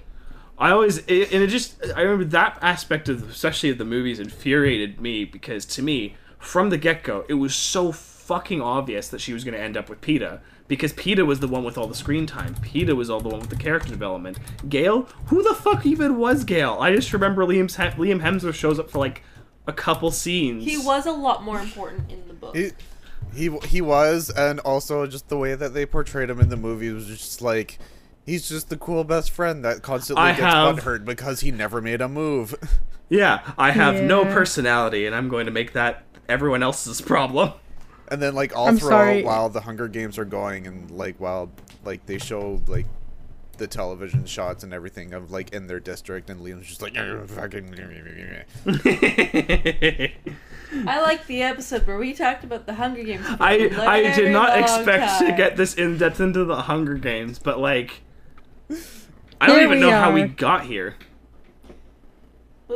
[SPEAKER 2] I always it, and it just I remember that aspect of especially of the movies infuriated me because to me from the get go it was so fucking obvious that she was going to end up with Peta because Peta was the one with all the screen time. Peta was all the one with the character development. Gail, who the fuck even was Gail? I just remember Liam's Hem- Liam Hemsworth shows up for like a couple scenes.
[SPEAKER 3] He was a lot more important in the book.
[SPEAKER 4] He, he he was, and also just the way that they portrayed him in the movie was just like. He's just the cool best friend that constantly
[SPEAKER 2] I
[SPEAKER 4] gets
[SPEAKER 2] have-
[SPEAKER 4] butthurt because he never made a move.
[SPEAKER 2] Yeah, I have no
[SPEAKER 1] Yeah.
[SPEAKER 2] personality, and I'm going to make that everyone else's problem.
[SPEAKER 4] And then like all
[SPEAKER 1] I'm
[SPEAKER 4] throughout
[SPEAKER 1] sorry.
[SPEAKER 4] while the Hunger Games are going and like while like they show like the television shots and everything of like in their district and Liam's just like "Ugh, fucking
[SPEAKER 2] I
[SPEAKER 3] I like the episode where we talked about the Hunger Games. for a
[SPEAKER 2] I did
[SPEAKER 3] very
[SPEAKER 2] not
[SPEAKER 3] long
[SPEAKER 2] expect to
[SPEAKER 3] time.
[SPEAKER 2] get this in depth into the Hunger Games, but like, I don't
[SPEAKER 1] Here
[SPEAKER 2] even
[SPEAKER 1] we
[SPEAKER 2] know how we
[SPEAKER 1] are.
[SPEAKER 2] got here.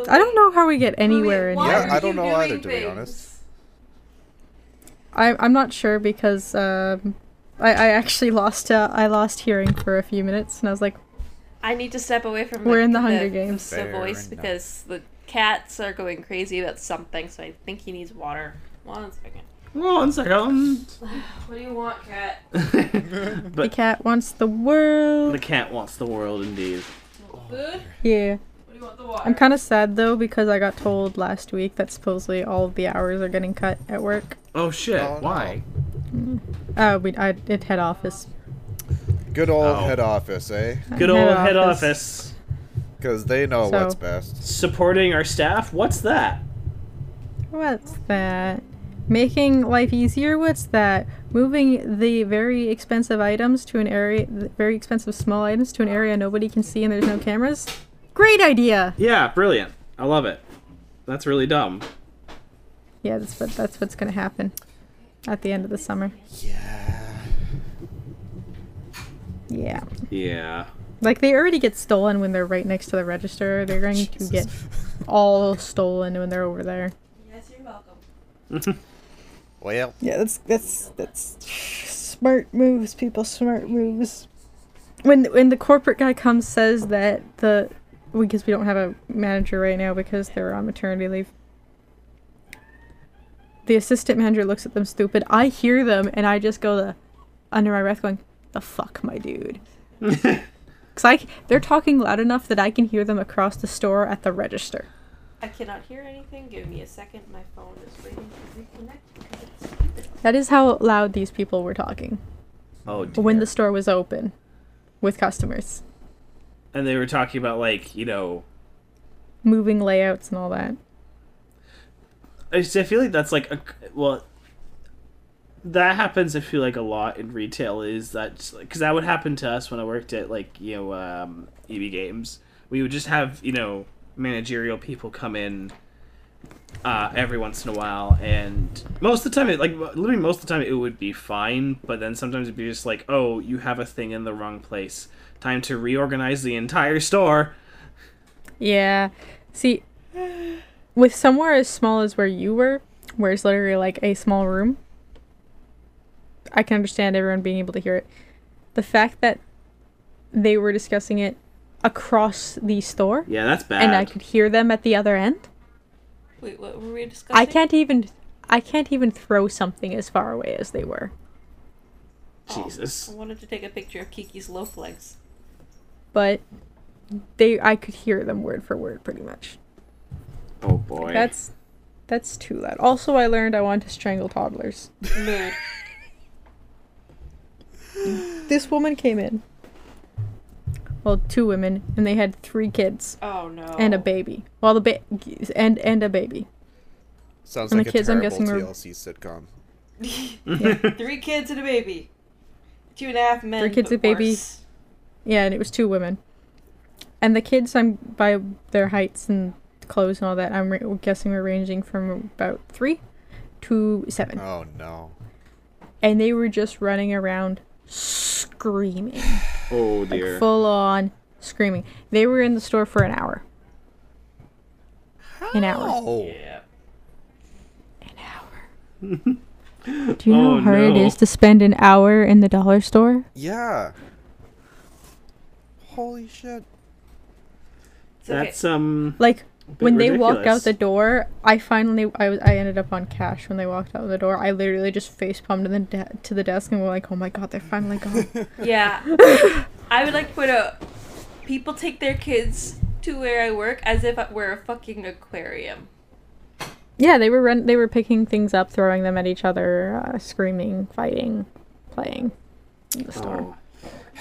[SPEAKER 1] I don't know how we get anywhere in
[SPEAKER 3] Why
[SPEAKER 1] here.
[SPEAKER 4] Yeah,
[SPEAKER 3] are
[SPEAKER 4] I
[SPEAKER 3] you
[SPEAKER 4] don't know either,
[SPEAKER 3] doing
[SPEAKER 4] to be
[SPEAKER 3] things?
[SPEAKER 4] honest.
[SPEAKER 1] I I'm not sure because um, I I actually lost uh, I lost hearing for a few minutes, and I was like,
[SPEAKER 3] I need to step away from.
[SPEAKER 1] We're in the Hunger Games.
[SPEAKER 3] The
[SPEAKER 4] Fair
[SPEAKER 3] voice
[SPEAKER 4] enough.
[SPEAKER 3] because the cats are going crazy about something, so I think he needs water. One second.
[SPEAKER 2] One second.
[SPEAKER 3] What do you want, cat?
[SPEAKER 1] the
[SPEAKER 2] but
[SPEAKER 1] cat wants the world.
[SPEAKER 4] Oh,
[SPEAKER 2] the cat wants the world, indeed.
[SPEAKER 3] Food?
[SPEAKER 1] yeah.
[SPEAKER 3] What do We want the water.
[SPEAKER 1] I'm kind of sad though because I got told last week that supposedly all of the hours are getting cut at work.
[SPEAKER 2] Oh shit!
[SPEAKER 4] Oh, no.
[SPEAKER 2] Why?
[SPEAKER 1] Uh, we I it head office.
[SPEAKER 4] Good old
[SPEAKER 2] Oh.
[SPEAKER 4] head office, eh?
[SPEAKER 1] Head
[SPEAKER 2] Good old head
[SPEAKER 1] office.
[SPEAKER 2] office.
[SPEAKER 4] Because they know
[SPEAKER 1] So-
[SPEAKER 4] what's best.
[SPEAKER 2] supporting our staff. What's that?
[SPEAKER 1] What's that? Making life easier. What's that? Moving the very expensive items to an area, the very expensive small items to an area nobody can see and there's no cameras. Great idea.
[SPEAKER 2] Yeah, brilliant. I love it. That's really dumb.
[SPEAKER 1] Yeah, that's what that's what's gonna happen at the end of the summer.
[SPEAKER 4] Yeah.
[SPEAKER 1] Yeah,
[SPEAKER 2] Yeah.
[SPEAKER 1] like they already get stolen when they're right next to the register. They're going to get all stolen when they're over there.
[SPEAKER 3] Yes, you're welcome.
[SPEAKER 4] Well,
[SPEAKER 1] Yeah, that's that's that's smart moves, people. Smart moves. When when the corporate guy comes, says that the because we don't have a manager right now because they're on maternity leave. The assistant manager looks at them stupid. I hear them and I just go the under my breath going, "The fuck, my dude." Cause I c- they're talking loud enough that I can hear them across the store at the register.
[SPEAKER 3] I cannot hear anything. Give me a second. My phone is waiting to reconnect because it's stupid.
[SPEAKER 1] That is how loud these people were talking
[SPEAKER 2] Oh, dear.
[SPEAKER 1] when the store was open, with customers.
[SPEAKER 2] and they were talking about like you know,
[SPEAKER 1] moving layouts and all that.
[SPEAKER 2] I just- I feel like that's like a well, that happens. I feel like a lot in retail is that because that would happen to us when I worked at like you know um, EB Games. We would just have you know managerial people come in uh, every once in a while, and most of the time, it like literally most of the time, it would be fine. But then sometimes it'd be just like, oh, you have a thing in the wrong place. Time to reorganize the entire store.
[SPEAKER 1] Yeah. See, with somewhere as small as where you were, where it's literally like a small room, I can understand everyone being able to hear it. The fact that they were discussing it across the store
[SPEAKER 2] Yeah, that's bad.
[SPEAKER 1] and I could hear them at the other end,
[SPEAKER 3] Wait, what were we discussing?
[SPEAKER 1] I can't even. I can't even throw something as far away as they were.
[SPEAKER 3] I
[SPEAKER 2] Jesus.
[SPEAKER 3] Oh, wanted to take a picture of Kiki's loaf legs.
[SPEAKER 1] But they I could hear them word for word pretty much.
[SPEAKER 2] Oh boy.
[SPEAKER 1] That's that's too loud. Also I learned I want to strangle toddlers.
[SPEAKER 3] Mood.
[SPEAKER 1] this woman came in. Well, two women, and they had three kids
[SPEAKER 3] Oh no.
[SPEAKER 1] and a baby. Well, the ba- and and a baby.
[SPEAKER 4] sounds
[SPEAKER 1] And the
[SPEAKER 4] like a
[SPEAKER 1] kids, I'm
[SPEAKER 4] terrible
[SPEAKER 1] guessing, were-
[SPEAKER 4] TLC sitcom.
[SPEAKER 3] Three kids and a baby. Two and a half men.
[SPEAKER 1] Three kids,
[SPEAKER 3] but
[SPEAKER 1] a baby.
[SPEAKER 3] worse.
[SPEAKER 1] Yeah, and it was two women. And the kids, I'm by their heights and clothes and all that. I'm ra- guessing we're ranging from about three to seven,
[SPEAKER 4] Oh no.
[SPEAKER 1] and they were just running around screaming,
[SPEAKER 2] oh
[SPEAKER 1] like
[SPEAKER 2] dear.
[SPEAKER 1] full on screaming. They were in the store for an hour. An hour.
[SPEAKER 4] Oh.
[SPEAKER 2] yeah.
[SPEAKER 1] An hour. Do you know
[SPEAKER 2] Oh,
[SPEAKER 1] how hard it
[SPEAKER 2] no.
[SPEAKER 1] is to spend an hour in the dollar store?
[SPEAKER 4] Yeah. Holy shit.
[SPEAKER 3] It's okay.
[SPEAKER 2] That's um.
[SPEAKER 1] Like when they walk out
[SPEAKER 2] ridiculous.
[SPEAKER 1] the door, I finally I was I ended up on cash when they walked out the door. I literally just face palmed to the de- to the desk and were like, "Oh my god, they're finally gone."
[SPEAKER 3] Yeah. I would like to point out people take their kids to where I work as if it were a fucking aquarium.
[SPEAKER 1] yeah, they were run- they were picking things up, throwing them at each other, uh, screaming, fighting, playing in the store.
[SPEAKER 2] Oh.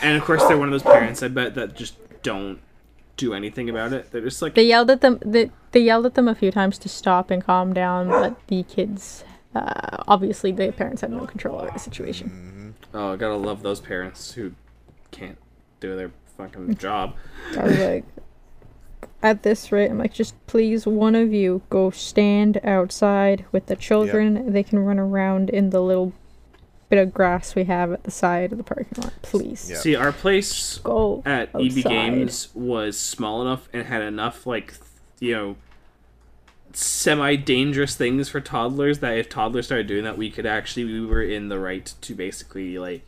[SPEAKER 2] And of course, they're one of those parents. I bet that just don't do anything about it. They're just like,
[SPEAKER 1] They yelled at them. They, they yelled at them a few times to stop and calm down, but the kids, uh, obviously, the parents had no control over the situation.
[SPEAKER 2] oh, I gotta love those parents who can't do their fucking job.
[SPEAKER 1] I was like, at this rate, I'm like, just please, one of you go stand outside with the children. They can run around in the little bit of grass we have at the side of the parking lot. Please
[SPEAKER 4] Yeah.
[SPEAKER 2] See, our place
[SPEAKER 1] go
[SPEAKER 2] at EB
[SPEAKER 1] outside.
[SPEAKER 2] Games was small enough and had enough, like, th- you know, semi dangerous things for toddlers that if toddlers started doing that, we could actually, we were in the right to basically, like,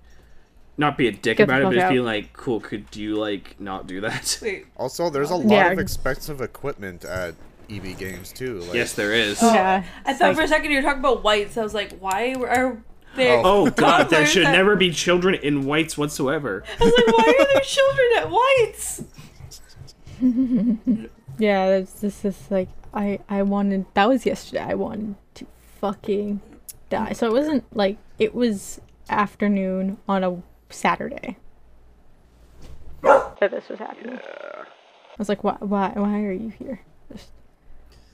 [SPEAKER 2] not be a dick
[SPEAKER 1] Get the
[SPEAKER 2] about it,
[SPEAKER 1] fuck
[SPEAKER 2] but just be
[SPEAKER 1] out.
[SPEAKER 2] like, cool, could you, like, not do that?
[SPEAKER 3] Wait,
[SPEAKER 4] Also, there's a lot
[SPEAKER 1] Yeah.
[SPEAKER 4] of expensive equipment at EB Games too. Like,
[SPEAKER 2] yes, there is.
[SPEAKER 1] Yeah.
[SPEAKER 3] I thought for a second you were talking about whites. I was like, why are there?
[SPEAKER 4] Oh.
[SPEAKER 2] Oh god, there should
[SPEAKER 3] Toddlers are-
[SPEAKER 2] never be children in whites whatsoever.
[SPEAKER 3] I was like, why are there children at whites?
[SPEAKER 1] Yeah, that's this is like I I wanted that was yesterday. I wanted to fucking die. So it wasn't like it was afternoon on a Saturday that this was happening. I was like, why why why are you here? Just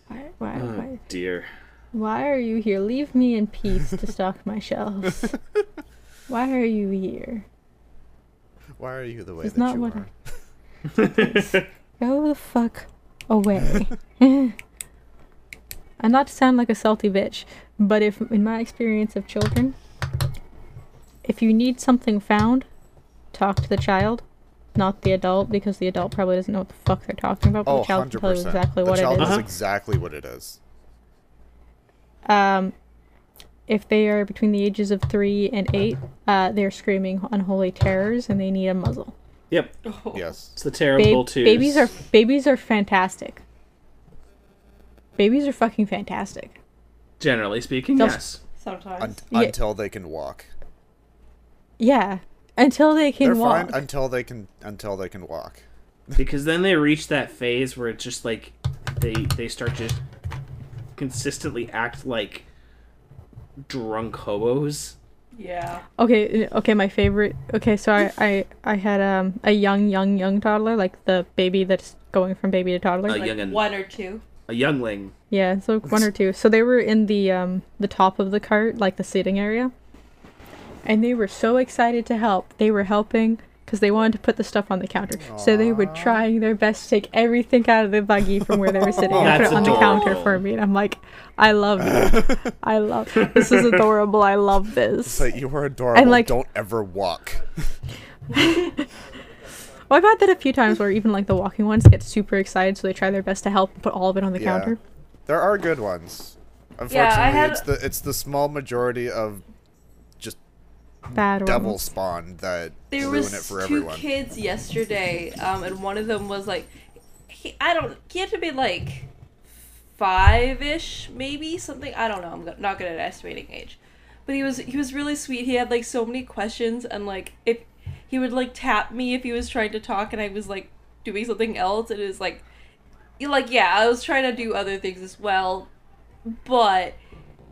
[SPEAKER 1] why why
[SPEAKER 2] Oh
[SPEAKER 1] why
[SPEAKER 2] dear.
[SPEAKER 1] why are you here? Leave me in peace to stock my shelves. why are you here?
[SPEAKER 4] Why are you the way
[SPEAKER 1] It's
[SPEAKER 4] that
[SPEAKER 1] not
[SPEAKER 4] you
[SPEAKER 1] what I-
[SPEAKER 4] are?
[SPEAKER 1] Go the fuck away. and not to sound like a salty bitch, but if in my experience of children, if you need something found, talk to the child, not the adult, because the adult probably doesn't know what the fuck they're talking about, but
[SPEAKER 4] Oh,
[SPEAKER 1] the child can
[SPEAKER 4] 100
[SPEAKER 1] tell you
[SPEAKER 4] percent.
[SPEAKER 1] exactly
[SPEAKER 4] the
[SPEAKER 1] what
[SPEAKER 4] child
[SPEAKER 1] it is.
[SPEAKER 4] knows
[SPEAKER 2] Uh-huh.
[SPEAKER 4] exactly what it is.
[SPEAKER 1] Um, if they are between the ages of three and eight, uh, they're screaming unholy terrors and they need a muzzle.
[SPEAKER 2] Yep.
[SPEAKER 1] Oh.
[SPEAKER 4] Yes.
[SPEAKER 2] It's the
[SPEAKER 1] Ba-
[SPEAKER 2] terrible twos.
[SPEAKER 1] babies are babies are fantastic. Babies are fucking fantastic.
[SPEAKER 2] generally speaking,
[SPEAKER 1] Those-
[SPEAKER 2] yes.
[SPEAKER 3] Sometimes.
[SPEAKER 4] Un-
[SPEAKER 1] Yeah.
[SPEAKER 4] Until they can walk.
[SPEAKER 1] Yeah, until they can
[SPEAKER 4] They're
[SPEAKER 1] walk.
[SPEAKER 4] fine until they can until they can walk.
[SPEAKER 2] Because then they reach that phase where it's just like they they start just consistently act like drunk hobos.
[SPEAKER 3] yeah.
[SPEAKER 1] Okay, n- okay, my favorite. Okay, so I, I, I had um a young, young, young toddler, like the baby that's going from baby to toddler.
[SPEAKER 2] A
[SPEAKER 3] Like
[SPEAKER 2] young'un.
[SPEAKER 3] one or two.
[SPEAKER 2] A youngling.
[SPEAKER 1] Yeah, so one or two. So they were in the um the top of the cart, like the seating area. And they were so excited to help. They were helping because they wanted to put the stuff on the counter. So they were trying their best to take everything out of the buggy from where they were sitting and
[SPEAKER 2] That's
[SPEAKER 1] put it on the counter for
[SPEAKER 2] adorable.
[SPEAKER 1] me. And I'm like, I love you. I love this is adorable. I love this.
[SPEAKER 4] But you were adorable.
[SPEAKER 1] like-
[SPEAKER 4] Don't ever walk.
[SPEAKER 1] Well, I've had that a few times where even like the walking ones get super excited, so they try their best to help and put all of it on the
[SPEAKER 4] Yeah.
[SPEAKER 1] counter.
[SPEAKER 4] There are good ones. Unfortunately,
[SPEAKER 3] had-
[SPEAKER 4] it's the it's the small majority of just
[SPEAKER 1] Bad
[SPEAKER 4] double
[SPEAKER 1] ones.
[SPEAKER 4] spawn that
[SPEAKER 3] There
[SPEAKER 4] ruin
[SPEAKER 3] was
[SPEAKER 4] it for
[SPEAKER 3] two
[SPEAKER 4] everyone.
[SPEAKER 3] kids yesterday, um, and one of them was like, he, I don't, he had to be like five ish, maybe something. I don't know. I'm go- not good at estimating age, but he was he was really sweet. He had like so many questions, and like if he would like tap me if he was trying to talk, and I was like doing something else, and it was like, you like yeah, I was trying to do other things as well, but.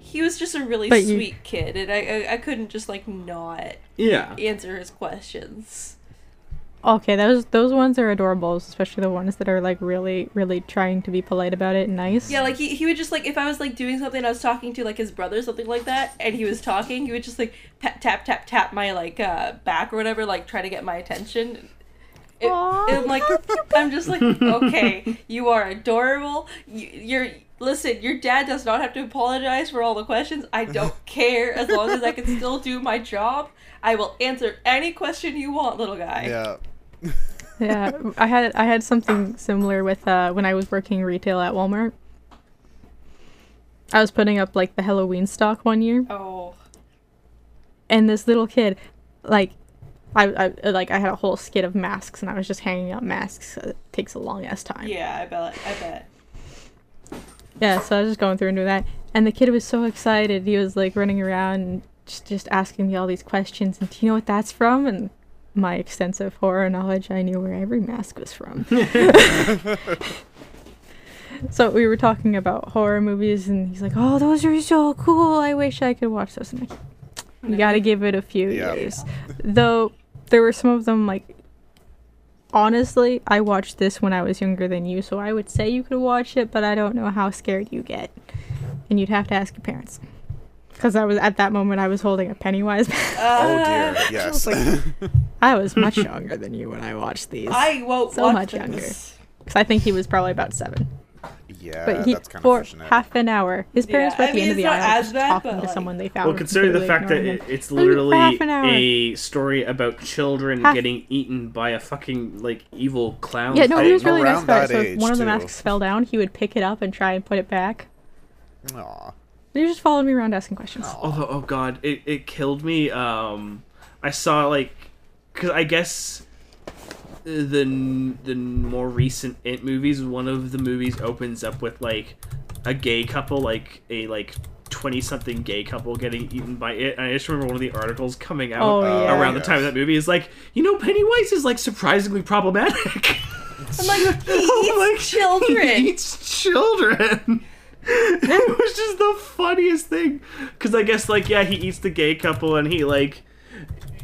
[SPEAKER 3] He was just a really
[SPEAKER 1] But you-
[SPEAKER 3] sweet kid, and I, I I couldn't just like not
[SPEAKER 2] Yeah.
[SPEAKER 3] answer his questions.
[SPEAKER 1] Okay, those those ones are adorable, especially the ones that are like really, really trying to be polite about it and nice.
[SPEAKER 3] Yeah, like he, he would just like if I was like doing something I was talking to like his brother something like that and he was talking, he would just like pat, tap tap tap my like uh back or whatever like try to get my attention. It,
[SPEAKER 1] Aw.
[SPEAKER 3] and I'm like I'm just like okay, you are adorable. You, you're listen, your dad does not have to apologize for all the questions. I don't care as long as I can still do my job. I will answer any question you want, little guy.
[SPEAKER 4] Yeah.
[SPEAKER 3] Uh,
[SPEAKER 1] yeah. I had I had something similar with uh, when I was working retail at Walmart. I was putting up like the Halloween stock one year,
[SPEAKER 3] Oh.
[SPEAKER 1] and this little kid, like, I, I like I had a whole skid of masks, and I was just hanging up masks. It takes a long ass time.
[SPEAKER 3] Yeah, I bet. I bet.
[SPEAKER 1] Yeah, so I was just going through and doing that. And the kid was so excited. He was like running around and just, just asking me all these questions. And do you know what that's from? And my extensive horror knowledge, I knew where every mask was from. so we were talking about horror movies, and he's like, Oh, those are so cool. I wish I could watch those. And I'm like, You gotta give it a few
[SPEAKER 4] Yeah.
[SPEAKER 1] years. Though there were some of them, like, honestly, I watched this when I was younger than you, so I would say you could watch it, but I don't know how scared you get. And you'd have to ask your parents. Because I was at that moment, I was holding a Pennywise. mask.
[SPEAKER 3] Uh.
[SPEAKER 4] Oh dear. Yes.
[SPEAKER 1] I was much younger than you when I watched these.
[SPEAKER 3] I won't
[SPEAKER 1] So
[SPEAKER 3] watch
[SPEAKER 1] much
[SPEAKER 3] this.
[SPEAKER 1] younger. Because I think he was probably about seven.
[SPEAKER 4] yeah.
[SPEAKER 1] But he,
[SPEAKER 4] that's kind
[SPEAKER 1] for
[SPEAKER 4] of unfortunate.
[SPEAKER 1] half an hour, his parents were
[SPEAKER 3] Yeah, I
[SPEAKER 1] at the
[SPEAKER 3] mean,
[SPEAKER 1] end of
[SPEAKER 3] it's
[SPEAKER 1] the
[SPEAKER 3] not
[SPEAKER 1] aisle
[SPEAKER 3] as
[SPEAKER 1] just
[SPEAKER 3] bad,
[SPEAKER 1] talking
[SPEAKER 3] but,
[SPEAKER 1] to
[SPEAKER 3] like-
[SPEAKER 1] someone they found.
[SPEAKER 2] Well, considering the
[SPEAKER 1] completely
[SPEAKER 2] fact that
[SPEAKER 1] ignoring
[SPEAKER 2] it,
[SPEAKER 1] him.
[SPEAKER 2] it's
[SPEAKER 1] Only
[SPEAKER 2] literally
[SPEAKER 1] half an hour.
[SPEAKER 2] a story about children
[SPEAKER 1] Half-
[SPEAKER 2] getting eaten by a fucking like evil clown.
[SPEAKER 1] Yeah, no, he
[SPEAKER 2] thing.
[SPEAKER 1] was really nice
[SPEAKER 4] around
[SPEAKER 1] about it.
[SPEAKER 4] that
[SPEAKER 1] So if one of the
[SPEAKER 4] age, too.
[SPEAKER 1] masks fell down, he would pick it up and try and put it back.
[SPEAKER 4] Aw.
[SPEAKER 1] They just followed me around asking questions.
[SPEAKER 2] Although, oh god, it, it killed me. Um, I saw like, cause I guess the n- the more recent It movies, one of the movies opens up with like a gay couple, like a like twenty something gay couple getting eaten by it. And I just remember one of the articles coming out
[SPEAKER 1] Oh, yeah.
[SPEAKER 2] around the
[SPEAKER 4] Yes.
[SPEAKER 2] time of that movie is like, you know, Pennywise is like surprisingly problematic.
[SPEAKER 3] I'm like, he eats children.
[SPEAKER 2] Oh He eats children. it was just the funniest thing, because I guess like yeah, he eats the gay couple and he like.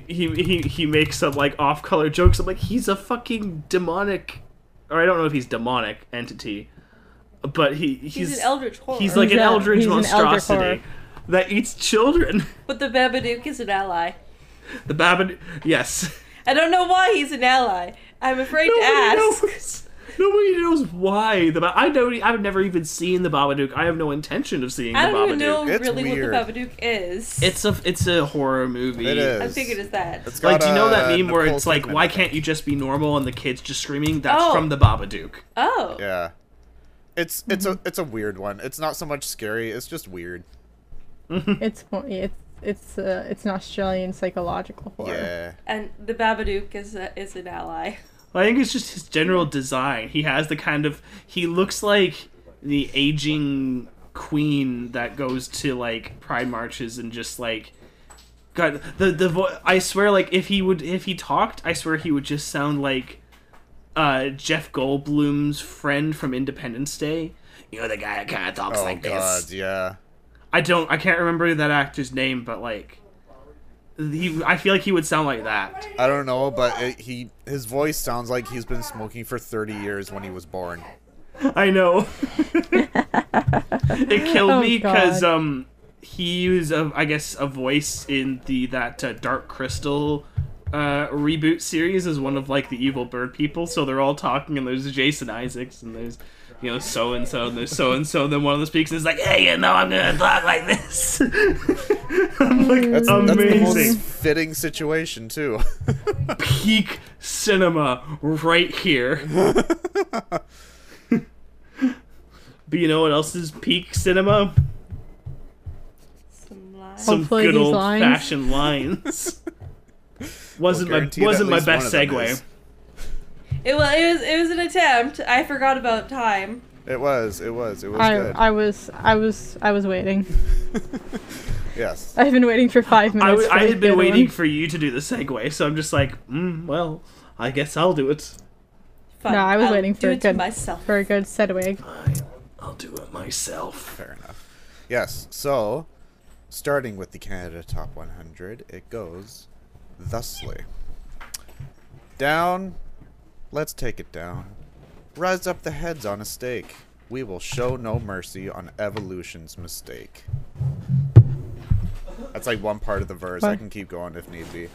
[SPEAKER 2] He, he, he makes some like off-color jokes. I'm like, he's a fucking demonic, or I don't know if he's demonic entity, but he he's,
[SPEAKER 3] He's, an eldritch horror.
[SPEAKER 2] he's like
[SPEAKER 1] He's
[SPEAKER 2] an
[SPEAKER 1] a-
[SPEAKER 2] eldritch
[SPEAKER 1] he's an eldritch
[SPEAKER 2] monstrosity
[SPEAKER 1] horror.
[SPEAKER 2] that eats children.
[SPEAKER 3] but the Babadook is an ally.
[SPEAKER 2] The Babadook, yes.
[SPEAKER 3] I don't know why he's an ally. I'm afraid to ask.
[SPEAKER 2] knows. Nobody knows why the. Ba- I know. I've never even seen the Babadook. I have no intention of seeing
[SPEAKER 3] I
[SPEAKER 2] the
[SPEAKER 3] don't
[SPEAKER 2] Babadook.
[SPEAKER 3] even know
[SPEAKER 4] It's
[SPEAKER 3] really
[SPEAKER 4] weird.
[SPEAKER 3] what the Babadook is.
[SPEAKER 2] It's a it's a horror movie.
[SPEAKER 4] It is.
[SPEAKER 3] I figured it's that.
[SPEAKER 4] It's
[SPEAKER 2] Like,
[SPEAKER 4] got,
[SPEAKER 2] do you know that
[SPEAKER 4] uh,
[SPEAKER 2] meme where
[SPEAKER 4] Nicole
[SPEAKER 2] it's like,
[SPEAKER 4] Kidman
[SPEAKER 2] why
[SPEAKER 4] in it.
[SPEAKER 2] can't you just be normal and the kids just screaming? That's
[SPEAKER 3] Oh.
[SPEAKER 2] from the Babadook.
[SPEAKER 3] Oh,
[SPEAKER 4] Yeah. It's it's a it's a weird one. It's not so much scary. It's just weird.
[SPEAKER 1] It's more- it's it's uh, it's an Australian psychological horror.
[SPEAKER 4] Yeah.
[SPEAKER 3] and the Babadook is a, is an ally.
[SPEAKER 2] I think it's just his general design. He has the kind of he looks like the aging queen that goes to like pride marches and just like God the the vo- I swear like if he would if he talked I swear he would just sound like uh Jeff Goldblum's friend from Independence Day. You're the guy that kind of talks
[SPEAKER 4] Oh
[SPEAKER 2] like
[SPEAKER 4] god,
[SPEAKER 2] this.
[SPEAKER 4] yeah.
[SPEAKER 2] I don't I can't remember that actor's name, but like he I feel like he would sound like that.
[SPEAKER 4] I don't know, but it, he his voice sounds like he's been smoking for 30 years when he was born.
[SPEAKER 2] I know. it killed
[SPEAKER 1] Oh,
[SPEAKER 2] me because
[SPEAKER 1] God.
[SPEAKER 2] um, he was a, I guess a voice in the that uh, Dark Crystal uh, reboot series as one of like the evil bird people. So they're all talking, and there's Jason Isaacs, and there's you know so and so, and there's so and so. Then one of them speaks and is like, "Hey, you know, I'm gonna talk like this." I'm like,
[SPEAKER 4] That's, that's the
[SPEAKER 2] amazing
[SPEAKER 4] most fitting situation too.
[SPEAKER 2] peak cinema right here. but you know what else is peak cinema?
[SPEAKER 3] Some lie.
[SPEAKER 2] Some
[SPEAKER 1] Hopefully
[SPEAKER 2] good
[SPEAKER 1] these
[SPEAKER 2] old
[SPEAKER 1] lines.
[SPEAKER 2] fashioned lines. wasn't
[SPEAKER 4] We'll
[SPEAKER 2] my
[SPEAKER 4] guarantee that
[SPEAKER 2] wasn't
[SPEAKER 4] at
[SPEAKER 2] my
[SPEAKER 4] least one
[SPEAKER 2] best
[SPEAKER 4] of them is.
[SPEAKER 2] segue.
[SPEAKER 3] It was it was it was an attempt. I forgot about time.
[SPEAKER 4] It was, it was, it was
[SPEAKER 1] I,
[SPEAKER 4] good.
[SPEAKER 1] I was I was I was waiting.
[SPEAKER 4] yes.
[SPEAKER 1] I've been waiting for five
[SPEAKER 2] I,
[SPEAKER 1] minutes.
[SPEAKER 2] w-
[SPEAKER 1] for
[SPEAKER 2] I
[SPEAKER 1] a
[SPEAKER 2] had been
[SPEAKER 1] good
[SPEAKER 2] waiting
[SPEAKER 1] one.
[SPEAKER 2] for you to do the segue, so I'm just like, mm, well, I guess I'll do it.
[SPEAKER 3] Fine,
[SPEAKER 1] No, I was
[SPEAKER 3] I'll
[SPEAKER 1] waiting for
[SPEAKER 3] do
[SPEAKER 1] a
[SPEAKER 3] it to
[SPEAKER 1] good
[SPEAKER 3] myself.
[SPEAKER 1] for a good segue.
[SPEAKER 2] I, I'll do it myself.
[SPEAKER 4] Fair enough. Yes. So, starting with the Canada Top 100, it goes thusly. Down, let's take it down. Rise up the heads on a stake. We will show no mercy on evolution's mistake. That's like one part of the verse. I
[SPEAKER 1] Why-
[SPEAKER 4] can keep going if need be.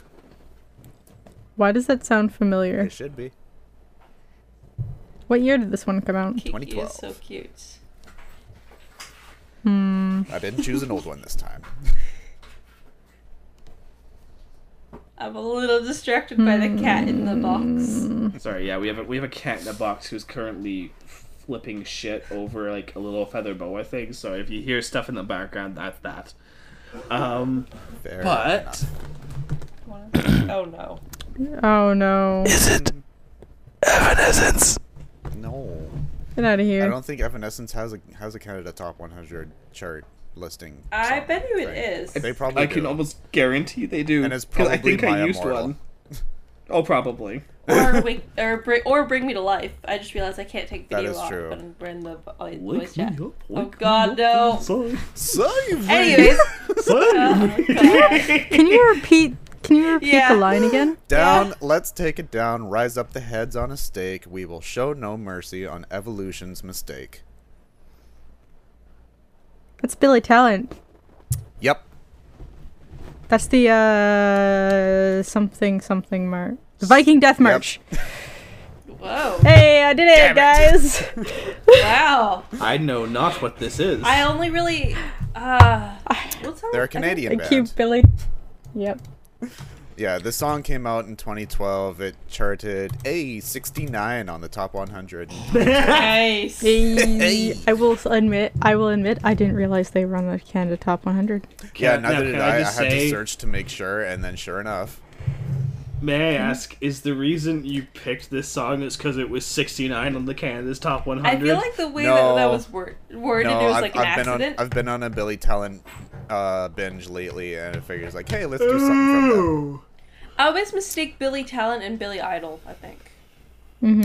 [SPEAKER 1] Why does that sound familiar?
[SPEAKER 4] It should be.
[SPEAKER 1] What year did this one come out?
[SPEAKER 3] Kiki is
[SPEAKER 4] 2012.
[SPEAKER 3] so cute.
[SPEAKER 4] I didn't choose an old one this time.
[SPEAKER 3] I'm a little distracted by the cat in the
[SPEAKER 1] Hmm.
[SPEAKER 3] box.
[SPEAKER 2] Sorry, yeah, we have a, we have a cat in a box who's currently flipping shit over like a little feather boa thing. So if you hear stuff in the background, that's that. Um,
[SPEAKER 4] Fair
[SPEAKER 2] but
[SPEAKER 3] Oh
[SPEAKER 1] Oh
[SPEAKER 3] no.
[SPEAKER 1] no!
[SPEAKER 4] no,
[SPEAKER 1] Get out of
[SPEAKER 4] I
[SPEAKER 1] here!
[SPEAKER 4] don't think Evanescence has a has a Canada Top 100 chart listing.
[SPEAKER 3] I
[SPEAKER 4] song
[SPEAKER 3] bet you it
[SPEAKER 4] thing.
[SPEAKER 3] is.
[SPEAKER 4] They probably
[SPEAKER 2] I can
[SPEAKER 4] do.
[SPEAKER 2] almost guarantee they do.
[SPEAKER 4] And it's
[SPEAKER 2] 'cause I
[SPEAKER 4] probably
[SPEAKER 2] think
[SPEAKER 4] Maya
[SPEAKER 2] I used
[SPEAKER 4] Mortal.
[SPEAKER 2] one. Oh, probably.
[SPEAKER 3] or wake, or bring or bring me to life. I just realized I can't take
[SPEAKER 4] That
[SPEAKER 3] video
[SPEAKER 4] is
[SPEAKER 3] off
[SPEAKER 4] true.
[SPEAKER 3] when we're in the vo- voice
[SPEAKER 2] Wake me
[SPEAKER 3] chat.
[SPEAKER 2] up,
[SPEAKER 3] Oh
[SPEAKER 2] wake me
[SPEAKER 3] God,
[SPEAKER 2] up
[SPEAKER 3] no.
[SPEAKER 2] inside.
[SPEAKER 4] Save
[SPEAKER 3] Anyways,
[SPEAKER 2] Save me.
[SPEAKER 1] Can you repeat? Can you repeat
[SPEAKER 3] Yeah.
[SPEAKER 1] the line again?
[SPEAKER 4] Down, let's take it down. Rise up the heads on a stake. We will show no mercy on evolution's mistake.
[SPEAKER 1] That's Billy Talent.
[SPEAKER 4] Yep.
[SPEAKER 1] That's the uh something something march. The Viking Death March.
[SPEAKER 3] whoa,
[SPEAKER 1] Hey, I did it, guys!
[SPEAKER 3] wow!
[SPEAKER 2] I know not what this is.
[SPEAKER 3] I only really uh, what's that?
[SPEAKER 4] They're a
[SPEAKER 1] I
[SPEAKER 4] Canadian
[SPEAKER 1] keep
[SPEAKER 4] band.
[SPEAKER 1] Billy. Yep.
[SPEAKER 4] Yeah, this song came out in 2012. It charted a 69 on the top 100.
[SPEAKER 3] Nice.
[SPEAKER 1] Hey. I will admit. I will admit. I didn't realize they were on the Canada Top 100.
[SPEAKER 4] yeah,
[SPEAKER 2] Can- now,
[SPEAKER 4] neither did
[SPEAKER 2] can
[SPEAKER 4] I. I,
[SPEAKER 2] just
[SPEAKER 4] had to
[SPEAKER 2] say-
[SPEAKER 4] search to make sure, and then sure enough,
[SPEAKER 2] May I ask, is the reason you picked this song is because it was 69 on the Canada's Top 100?
[SPEAKER 3] I feel like the way that that
[SPEAKER 4] No.
[SPEAKER 3] was word- worded,
[SPEAKER 4] no,
[SPEAKER 3] it was
[SPEAKER 4] I've,
[SPEAKER 3] like an
[SPEAKER 4] I've been on
[SPEAKER 3] accident.
[SPEAKER 4] I've been on a Billy Talent uh, binge lately, and it figures like, hey, let's do something from them.
[SPEAKER 3] I always mistake Billy Talent and Billy Idol. I think.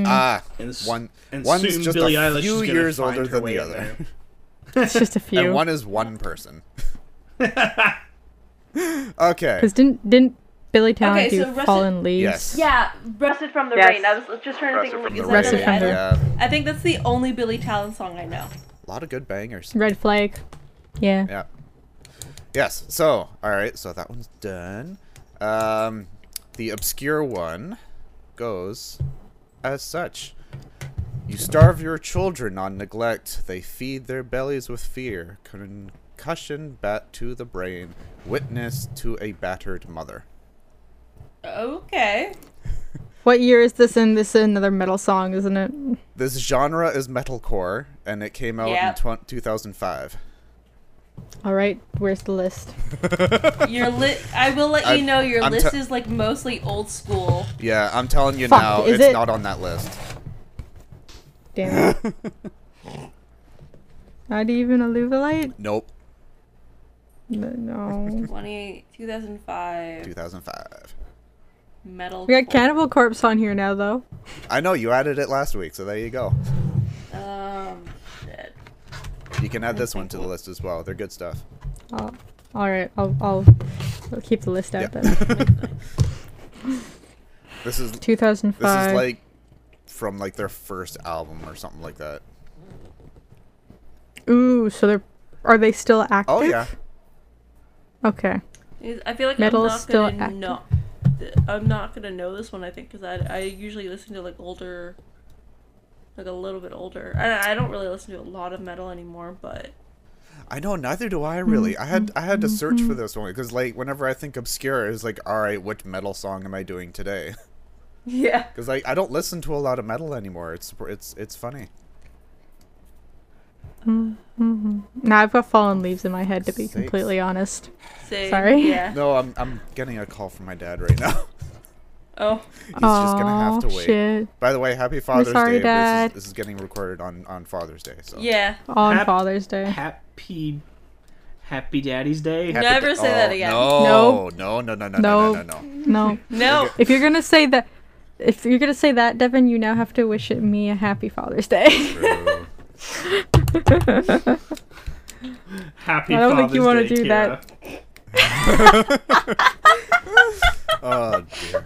[SPEAKER 4] Ah,
[SPEAKER 2] And s-
[SPEAKER 4] one
[SPEAKER 2] and
[SPEAKER 4] one's
[SPEAKER 2] soon
[SPEAKER 4] just
[SPEAKER 2] Billie
[SPEAKER 4] a
[SPEAKER 2] Eilish
[SPEAKER 4] few
[SPEAKER 2] is gonna
[SPEAKER 4] years
[SPEAKER 2] find
[SPEAKER 4] older
[SPEAKER 2] her
[SPEAKER 4] than
[SPEAKER 2] way
[SPEAKER 4] the
[SPEAKER 2] in
[SPEAKER 4] other,
[SPEAKER 2] there.
[SPEAKER 1] It's just a
[SPEAKER 4] and
[SPEAKER 1] few.
[SPEAKER 4] one is one person. okay.
[SPEAKER 1] Because didn't didn't Billy Talent
[SPEAKER 3] Okay,
[SPEAKER 1] do
[SPEAKER 3] so Russet-
[SPEAKER 1] Fallen Leaves?
[SPEAKER 4] Yes.
[SPEAKER 3] Yeah, Rusted from the
[SPEAKER 5] Yes.
[SPEAKER 3] Rain. I was just trying to think. Is
[SPEAKER 1] Rusted
[SPEAKER 3] that
[SPEAKER 1] from
[SPEAKER 3] another-
[SPEAKER 1] the-
[SPEAKER 4] Yeah,
[SPEAKER 3] I think that's the only Billy Talent song I know.
[SPEAKER 4] a lot of good bangers.
[SPEAKER 1] Red Flag. Yeah.
[SPEAKER 4] Yeah. Yes. So, all right. So that one's done. Um, the obscure one goes as such. You starve your children on neglect. They feed their bellies with fear. Concussion bat to the brain. Witness to a battered mother.
[SPEAKER 3] Okay.
[SPEAKER 1] What year is this in? This is another metal song, isn't it?
[SPEAKER 4] This genre is metalcore, and it came out
[SPEAKER 3] Yep.
[SPEAKER 4] in tw- 2005.
[SPEAKER 1] All right, where's the list?
[SPEAKER 3] Your li- I will let you
[SPEAKER 4] I'm-
[SPEAKER 3] know your
[SPEAKER 4] I'm
[SPEAKER 3] list
[SPEAKER 4] t-
[SPEAKER 3] is like mostly old school.
[SPEAKER 4] Yeah, I'm telling you
[SPEAKER 1] Fuck,
[SPEAKER 4] now,
[SPEAKER 1] is
[SPEAKER 4] it's
[SPEAKER 1] it-
[SPEAKER 4] not on that list.
[SPEAKER 1] Damn. it. Not even a Luvalite?
[SPEAKER 4] Nope,
[SPEAKER 1] No.
[SPEAKER 3] 20, 2005
[SPEAKER 4] 2005.
[SPEAKER 3] metal.
[SPEAKER 1] We got Cannibal Corpse on here now, though.
[SPEAKER 4] I know you added it last week, so there you go.
[SPEAKER 3] Um, shit.
[SPEAKER 4] You can add this one to the list as well. They're good stuff.
[SPEAKER 1] I'll, Oh, all right, I'll, I'll I'll keep the list out
[SPEAKER 4] Yeah.
[SPEAKER 1] then.
[SPEAKER 4] This is this
[SPEAKER 1] 2005.
[SPEAKER 4] is like from like their first album or something like that.
[SPEAKER 1] Ooh, so they're are they still active?
[SPEAKER 4] Oh yeah.
[SPEAKER 1] Okay.
[SPEAKER 3] I feel like
[SPEAKER 1] Metal's
[SPEAKER 3] I'm not
[SPEAKER 1] still
[SPEAKER 3] gonna
[SPEAKER 1] active.
[SPEAKER 3] know. th- I'm not gonna know this one. I think because I I usually listen to like older, like a little bit older. I I don't really listen to a lot of metal anymore, but
[SPEAKER 4] I know neither do I really. I had I had to search for this one cuz like whenever I think obscure it's like all right, which metal song am I doing today?
[SPEAKER 3] yeah.
[SPEAKER 4] Cuz like I don't listen to a lot of metal anymore. It's it's it's funny.
[SPEAKER 1] Now I've got Fallen Leaves in my head to be
[SPEAKER 4] Sakes.
[SPEAKER 1] completely honest.
[SPEAKER 3] Same,
[SPEAKER 1] Sorry.
[SPEAKER 3] Yeah.
[SPEAKER 4] No, I'm I'm getting a call from my dad right now.
[SPEAKER 3] Oh,
[SPEAKER 4] He's just going to have to
[SPEAKER 1] Aw,
[SPEAKER 4] wait.
[SPEAKER 1] shit.
[SPEAKER 4] By the way, happy Father's
[SPEAKER 1] sorry,
[SPEAKER 4] Day. but This
[SPEAKER 1] Dad.
[SPEAKER 4] is, this is getting recorded on on Father's Day, so.
[SPEAKER 3] yeah.
[SPEAKER 1] On
[SPEAKER 2] Hap-
[SPEAKER 1] Father's Day.
[SPEAKER 2] Happy, happy Daddy's Day.
[SPEAKER 4] Happy
[SPEAKER 3] Never
[SPEAKER 4] da-
[SPEAKER 3] say that again.
[SPEAKER 4] No, no, no, no, no, no, no,
[SPEAKER 1] No.
[SPEAKER 4] no. no.
[SPEAKER 1] No.
[SPEAKER 3] No.
[SPEAKER 1] If you're gonna say that, if you're gonna say that, Devin, you now have to wish it me a happy Father's Day.
[SPEAKER 4] True.
[SPEAKER 2] Happy
[SPEAKER 1] I don't think you wanna
[SPEAKER 2] want to
[SPEAKER 1] do that.
[SPEAKER 4] oh dear.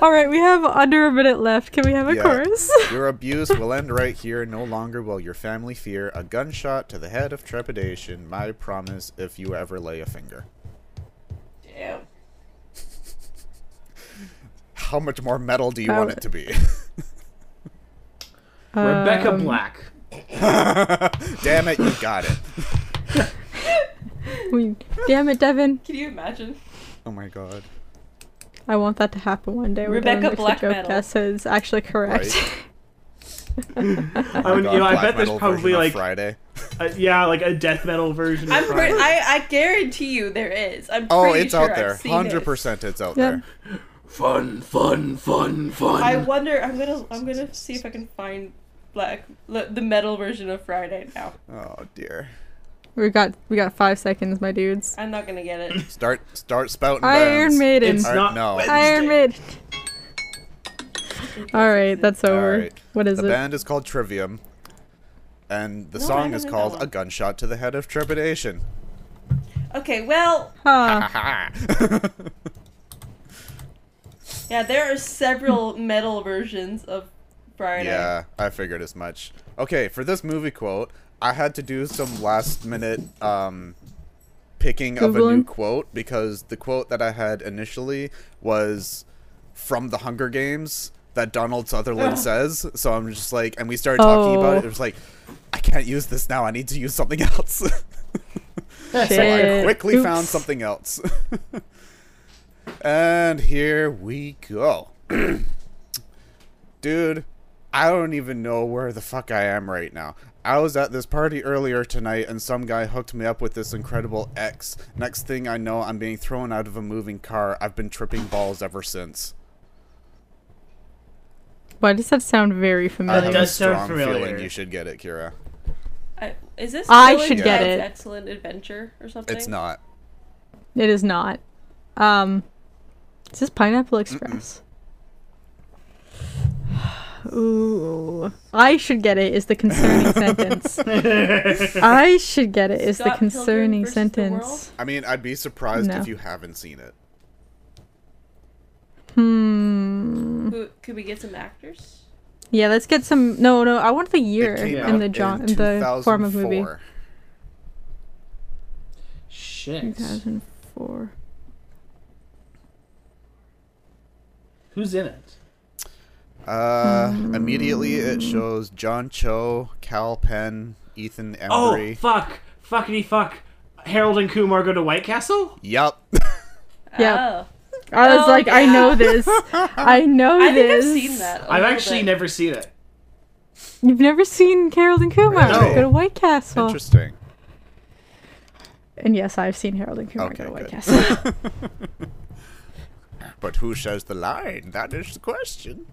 [SPEAKER 1] All right, we have under a minute left. Can we have a
[SPEAKER 4] Yeah.
[SPEAKER 1] chorus?
[SPEAKER 4] Your abuse will end right here. No longer will your family fear a gunshot to the head of trepidation. My promise, if you ever lay a finger.
[SPEAKER 3] Damn.
[SPEAKER 4] How much more metal do you
[SPEAKER 1] That
[SPEAKER 4] want
[SPEAKER 1] would-
[SPEAKER 4] it to be?
[SPEAKER 2] Rebecca
[SPEAKER 1] Um,
[SPEAKER 2] Black.
[SPEAKER 4] Damn it, you got it.
[SPEAKER 1] We, damn it, Devin.
[SPEAKER 3] Can you imagine?
[SPEAKER 4] Oh my god.
[SPEAKER 1] I want that to happen one day. where
[SPEAKER 3] Rebecca
[SPEAKER 1] Devin makes a
[SPEAKER 3] Black
[SPEAKER 1] joke
[SPEAKER 3] Metal.
[SPEAKER 1] That is actually correct.
[SPEAKER 4] Right.
[SPEAKER 2] I,
[SPEAKER 4] Oh my
[SPEAKER 2] would,
[SPEAKER 4] god
[SPEAKER 2] you know, I
[SPEAKER 4] black
[SPEAKER 2] bet there's
[SPEAKER 4] metal version
[SPEAKER 2] probably
[SPEAKER 4] of
[SPEAKER 2] like,
[SPEAKER 4] Friday.
[SPEAKER 2] a, yeah, like a death metal version. of
[SPEAKER 3] I'm
[SPEAKER 2] Friday.
[SPEAKER 3] pretty. I I guarantee you there is. I'm.
[SPEAKER 4] Oh,
[SPEAKER 3] pretty
[SPEAKER 4] it's
[SPEAKER 3] sure
[SPEAKER 4] out there.
[SPEAKER 3] I've seen it.
[SPEAKER 4] Hundred percent, it's out
[SPEAKER 1] Yeah.
[SPEAKER 4] there.
[SPEAKER 2] Fun, fun, fun, fun.
[SPEAKER 3] I wonder. I'm gonna. I'm gonna see if I can find black le- the metal version of Friday now.
[SPEAKER 4] Oh dear.
[SPEAKER 1] We got we got five seconds, my dudes.
[SPEAKER 3] I'm not gonna get it.
[SPEAKER 4] Start, start spouting.
[SPEAKER 1] Iron
[SPEAKER 4] bands.
[SPEAKER 1] Maiden.
[SPEAKER 2] It's not.
[SPEAKER 4] Alright, no.
[SPEAKER 2] Wednesday.
[SPEAKER 1] Iron Maiden. All right, that's
[SPEAKER 4] All
[SPEAKER 1] over.
[SPEAKER 4] right.
[SPEAKER 1] What is
[SPEAKER 4] the
[SPEAKER 1] it?
[SPEAKER 4] band is called Trivium, and the
[SPEAKER 3] No, I
[SPEAKER 4] song
[SPEAKER 3] don't
[SPEAKER 4] is
[SPEAKER 3] know that
[SPEAKER 4] called
[SPEAKER 3] one.
[SPEAKER 4] "A Gunshot to the Head of Trepidation."
[SPEAKER 3] Okay. Well,
[SPEAKER 1] Huh.
[SPEAKER 3] yeah. There are several metal versions of Friday.
[SPEAKER 4] yeah, I figured as much. Okay, for this movie quote, I had to do some last minute um, picking of a new
[SPEAKER 1] Googling?
[SPEAKER 4] quote because the quote that I had initially was from The Hunger Games that Donald Sutherland says. So I'm just like, and we started talking about it.
[SPEAKER 1] Oh.
[SPEAKER 4] It was like, I can't use this now. I need to use something else. So I
[SPEAKER 1] Shit.
[SPEAKER 4] quickly found
[SPEAKER 1] Eh, Oops.
[SPEAKER 4] something else. and here we go. Dude, I don't even know where the fuck I am right now. I was at this party earlier tonight and some guy hooked me up with this incredible X. Next thing I know, I'm being thrown out of a moving car. I've been tripping balls ever since.
[SPEAKER 1] Why does that sound very
[SPEAKER 4] I have
[SPEAKER 1] familiar?
[SPEAKER 4] a
[SPEAKER 2] does sound
[SPEAKER 4] strong
[SPEAKER 2] familiar.
[SPEAKER 4] feeling you should get it, Kira.
[SPEAKER 3] I, is this?
[SPEAKER 1] I
[SPEAKER 3] still in
[SPEAKER 1] should
[SPEAKER 4] get
[SPEAKER 3] Bride's
[SPEAKER 1] it.
[SPEAKER 3] Excellent adventure or something.
[SPEAKER 4] It's not.
[SPEAKER 1] It is not. Um, is this Pineapple Express? Ooh. I should get it is the concerning sentence. I should get it is
[SPEAKER 3] Scott
[SPEAKER 1] the
[SPEAKER 3] Pilgrim
[SPEAKER 1] concerning
[SPEAKER 3] versus the world?
[SPEAKER 1] sentence.
[SPEAKER 4] I mean, I'd be surprised
[SPEAKER 1] No.
[SPEAKER 4] if you haven't seen it.
[SPEAKER 1] Hmm.
[SPEAKER 3] Who, could we get some actors?
[SPEAKER 1] Yeah, let's get some. No, no, I want the year
[SPEAKER 4] it came
[SPEAKER 6] in
[SPEAKER 1] and
[SPEAKER 4] out
[SPEAKER 1] the genre,
[SPEAKER 4] in
[SPEAKER 1] the form of movie.
[SPEAKER 4] 2004.
[SPEAKER 1] Two
[SPEAKER 2] Shit.
[SPEAKER 1] thousand four.
[SPEAKER 2] Who's in it?
[SPEAKER 4] Uh, immediately it shows John Cho, Cal Penn, Ethan
[SPEAKER 2] Oh,
[SPEAKER 4] Embry.
[SPEAKER 2] fuck. Fuckity fuck. Harold and Kumar go to White Castle?
[SPEAKER 4] yup.
[SPEAKER 1] Yeah.
[SPEAKER 3] Oh.
[SPEAKER 1] I was
[SPEAKER 3] Oh,
[SPEAKER 1] like, I
[SPEAKER 3] yeah.
[SPEAKER 1] know this. I know
[SPEAKER 3] I think I've
[SPEAKER 1] this.
[SPEAKER 3] seen that. i
[SPEAKER 2] I've actually never seen it.
[SPEAKER 1] You've never seen Harold and Kumar
[SPEAKER 4] No.
[SPEAKER 1] go to White
[SPEAKER 2] Oh,
[SPEAKER 1] Castle.
[SPEAKER 4] Interesting.
[SPEAKER 1] And yes, I've seen Harold and Kumar
[SPEAKER 4] Okay,
[SPEAKER 1] go to White
[SPEAKER 4] good.
[SPEAKER 1] Castle.
[SPEAKER 4] But who says the line? That is the question.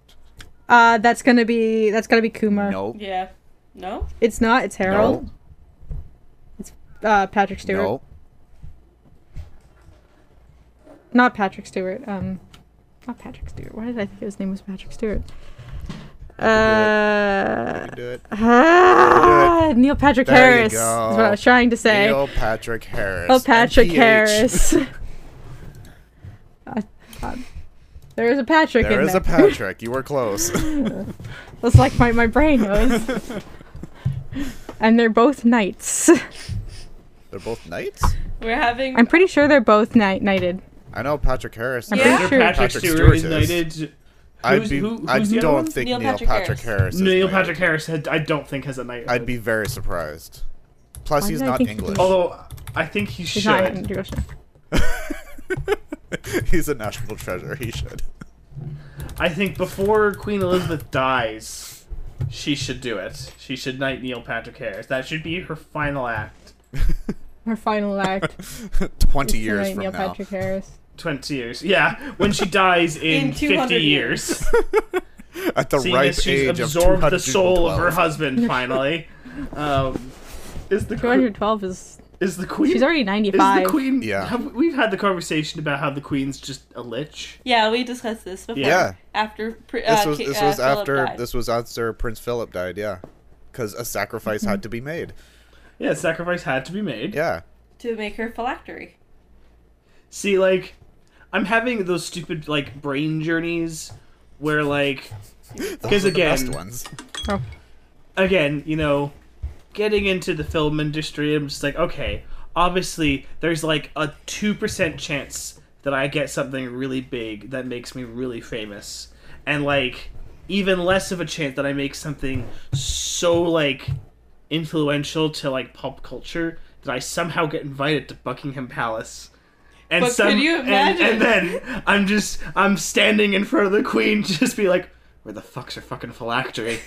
[SPEAKER 1] uh, that's gonna be that's gonna be Kumar.
[SPEAKER 4] Nope.
[SPEAKER 3] Yeah. No?
[SPEAKER 1] It's not. It's Uh, Harold.
[SPEAKER 4] Nope.
[SPEAKER 1] Uh, Patrick Stewart.
[SPEAKER 4] Nope.
[SPEAKER 1] Not Patrick Stewart. Um, not Patrick Stewart. Why did I think his name was Patrick Stewart? Uh,
[SPEAKER 4] You do it.
[SPEAKER 1] ah, Neil Patrick
[SPEAKER 4] There you
[SPEAKER 1] Harris. is
[SPEAKER 4] go.
[SPEAKER 1] what I was trying to say.
[SPEAKER 4] Neil Patrick Harris.
[SPEAKER 1] Oh, Patrick
[SPEAKER 4] MPH.
[SPEAKER 1] Harris. I- I- there is a Patrick
[SPEAKER 4] There
[SPEAKER 1] in
[SPEAKER 4] is
[SPEAKER 1] there.
[SPEAKER 4] a Patrick. You were close.
[SPEAKER 1] That's like my, my brain knows. and they're both knights.
[SPEAKER 4] They're both knights.
[SPEAKER 3] We're having.
[SPEAKER 1] I'm pretty sure they're both knight knighted.
[SPEAKER 4] I know Patrick Harris.
[SPEAKER 1] I'm
[SPEAKER 4] but
[SPEAKER 1] pretty
[SPEAKER 2] Sir
[SPEAKER 1] sure.
[SPEAKER 2] Patrick,
[SPEAKER 4] Patrick
[SPEAKER 2] Stewart,
[SPEAKER 4] Stewart
[SPEAKER 2] is
[SPEAKER 4] is.
[SPEAKER 2] knighted.
[SPEAKER 4] I'd
[SPEAKER 2] Who's-
[SPEAKER 4] be.
[SPEAKER 2] who-
[SPEAKER 4] I
[SPEAKER 2] who's the other
[SPEAKER 4] don't
[SPEAKER 2] one?
[SPEAKER 4] think
[SPEAKER 3] Neil
[SPEAKER 4] Neil,
[SPEAKER 3] Patrick
[SPEAKER 4] Patrick,
[SPEAKER 3] Harris.
[SPEAKER 4] Harris. is
[SPEAKER 2] Neil
[SPEAKER 4] knighted.
[SPEAKER 2] Patrick Harris, had, I don't think, has a knight.
[SPEAKER 4] I'd be very surprised. Plus,
[SPEAKER 1] Why
[SPEAKER 4] he's
[SPEAKER 1] did I
[SPEAKER 4] not
[SPEAKER 1] think
[SPEAKER 4] English.
[SPEAKER 1] he was-
[SPEAKER 2] Although, I think he
[SPEAKER 1] He's
[SPEAKER 2] should.
[SPEAKER 1] not knighted, you're sure.
[SPEAKER 4] he's a national treasure. He should.
[SPEAKER 2] I think before Queen Elizabeth dies, she should do it. She should knight Neil Patrick Harris. That should be her final act.
[SPEAKER 1] Her final act. is
[SPEAKER 4] Twenty
[SPEAKER 1] to
[SPEAKER 4] years
[SPEAKER 1] knight
[SPEAKER 4] from
[SPEAKER 1] Neil
[SPEAKER 4] now.
[SPEAKER 1] Patrick Harris.
[SPEAKER 2] 20 years. Yeah, when she dies in,
[SPEAKER 3] In 200
[SPEAKER 2] 50 years.
[SPEAKER 4] At the
[SPEAKER 2] Seeing
[SPEAKER 4] ripe
[SPEAKER 2] as she's
[SPEAKER 4] age of
[SPEAKER 2] absorbed the soul of her
[SPEAKER 4] 212.
[SPEAKER 2] husband finally. Um, is the que-
[SPEAKER 1] 212 is.
[SPEAKER 2] is the queen?
[SPEAKER 1] She's already
[SPEAKER 2] is
[SPEAKER 1] 95.
[SPEAKER 2] the queen?
[SPEAKER 4] Yeah.
[SPEAKER 2] have- we've had the conversation about how the queen's just a lich.
[SPEAKER 3] Yeah, we discussed this before.
[SPEAKER 2] Yeah.
[SPEAKER 3] After. Pre-
[SPEAKER 4] This
[SPEAKER 3] uh,
[SPEAKER 4] was
[SPEAKER 3] Ki-
[SPEAKER 4] this
[SPEAKER 3] uh,
[SPEAKER 4] was
[SPEAKER 3] Philip
[SPEAKER 4] after
[SPEAKER 3] died.
[SPEAKER 4] this was after Prince Philip died. Yeah, because a sacrifice
[SPEAKER 1] Mm-hmm.
[SPEAKER 4] had to be made.
[SPEAKER 2] Yeah, sacrifice had to be made.
[SPEAKER 4] Yeah.
[SPEAKER 3] To make her phylactery.
[SPEAKER 2] See, like, I'm having those stupid like brain journeys where like
[SPEAKER 4] Those are the
[SPEAKER 2] again-
[SPEAKER 4] best ones.
[SPEAKER 1] Oh,
[SPEAKER 2] again, you know, getting into the film industry, I'm just like, okay, obviously there's like a 2% chance that I get something really big that makes me really famous. And like, even less of a chance that I make something so like influential to like pop culture that I somehow get invited to Buckingham Palace. And
[SPEAKER 3] But could you
[SPEAKER 2] and-
[SPEAKER 3] imagine?
[SPEAKER 2] And, then I'm just I'm standing in front of the Queen, just be like, "Where the fuck's her fucking phylactery?"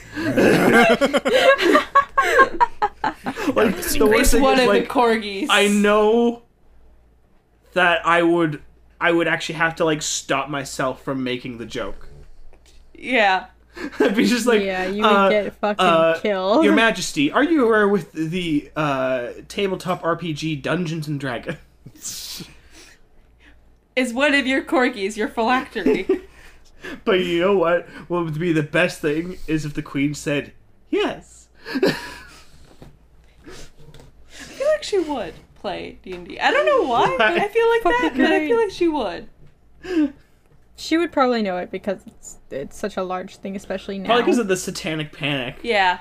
[SPEAKER 2] like the worst
[SPEAKER 3] It's
[SPEAKER 2] thing
[SPEAKER 3] one
[SPEAKER 2] is
[SPEAKER 3] of
[SPEAKER 2] like
[SPEAKER 3] the corgis.
[SPEAKER 2] I know that I would I would actually have to like stop myself from making the joke.
[SPEAKER 3] Yeah.
[SPEAKER 2] I'd be just like,
[SPEAKER 1] yeah, you would
[SPEAKER 2] uh,
[SPEAKER 1] get fucking
[SPEAKER 2] uh,
[SPEAKER 1] killed.
[SPEAKER 2] Your Majesty, are you aware with the uh, tabletop RPG Dungeons and Dragons?
[SPEAKER 3] Is one of your corgis your phylactery?
[SPEAKER 2] But you know what? What would be the best thing is if the Queen said yes.
[SPEAKER 3] I feel like she would play D&D. I don't know why, but I feel like that,
[SPEAKER 1] Fucking
[SPEAKER 3] but I
[SPEAKER 1] great.
[SPEAKER 3] feel like she would.
[SPEAKER 1] She would probably know it because it's, it's such a large thing, especially now.
[SPEAKER 2] Probably because of the Satanic Panic.
[SPEAKER 3] Yeah.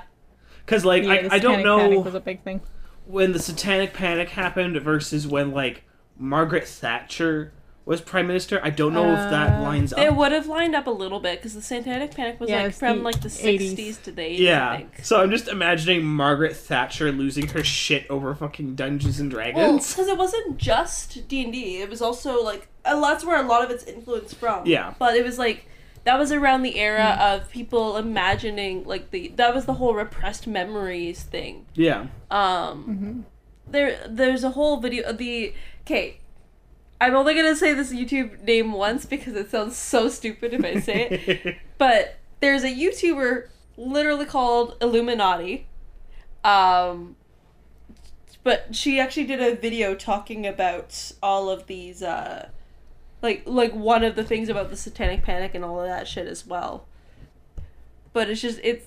[SPEAKER 2] Because like
[SPEAKER 1] Yeah, the
[SPEAKER 2] I, I don't
[SPEAKER 1] Satanic
[SPEAKER 2] know.
[SPEAKER 1] Panic was a big thing.
[SPEAKER 2] when the Satanic Panic happened versus when like Margaret Thatcher was prime minister. I don't know if that
[SPEAKER 1] Uh,
[SPEAKER 2] lines
[SPEAKER 3] They
[SPEAKER 2] up.
[SPEAKER 3] would have lined up a little bit because the Satanic Panic was
[SPEAKER 1] Yeah,
[SPEAKER 3] like
[SPEAKER 1] it's
[SPEAKER 3] from
[SPEAKER 1] the
[SPEAKER 3] like the
[SPEAKER 1] 80s.
[SPEAKER 3] 60s to the 80s, I
[SPEAKER 2] yeah.
[SPEAKER 3] think.
[SPEAKER 2] So I'm just imagining Margaret Thatcher losing her shit over fucking Dungeons and
[SPEAKER 3] Well,
[SPEAKER 2] Dragons.
[SPEAKER 3] because it wasn't just D and D. It was also like a that's where a lot of its influence from.
[SPEAKER 2] Yeah.
[SPEAKER 3] But it was like that was around the era of people imagining like the that was the whole repressed memories thing.
[SPEAKER 1] Oh.
[SPEAKER 2] yeah.
[SPEAKER 3] Um, there there's a whole video the okay. I'm only gonna say this YouTube name once because it sounds so stupid if I say it. But there's a YouTuber literally called Illuminati. Um, but she actually did a video talking about all of these, uh, like like one of the things about the Satanic Panic and all of that shit as well. but it's just it's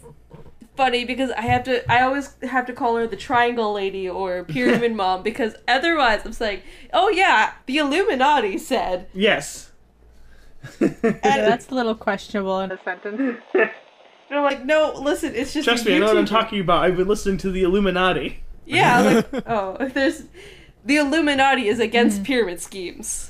[SPEAKER 3] funny because I have to I always have to call her the triangle lady or pyramid mom because otherwise I'm saying, "Oh yeah, the Illuminati said."
[SPEAKER 2] Yes.
[SPEAKER 1] Yeah, that's a little questionable in a sentence.
[SPEAKER 3] And I'm like, "No, listen, it's just
[SPEAKER 2] Trust
[SPEAKER 3] the
[SPEAKER 2] me, I know what I'm
[SPEAKER 3] YouTuber."
[SPEAKER 2] talking about. I've been listening to the Illuminati.
[SPEAKER 3] Yeah, I'm like, "Oh, if there's the Illuminati is
[SPEAKER 1] Mm.
[SPEAKER 3] against pyramid schemes."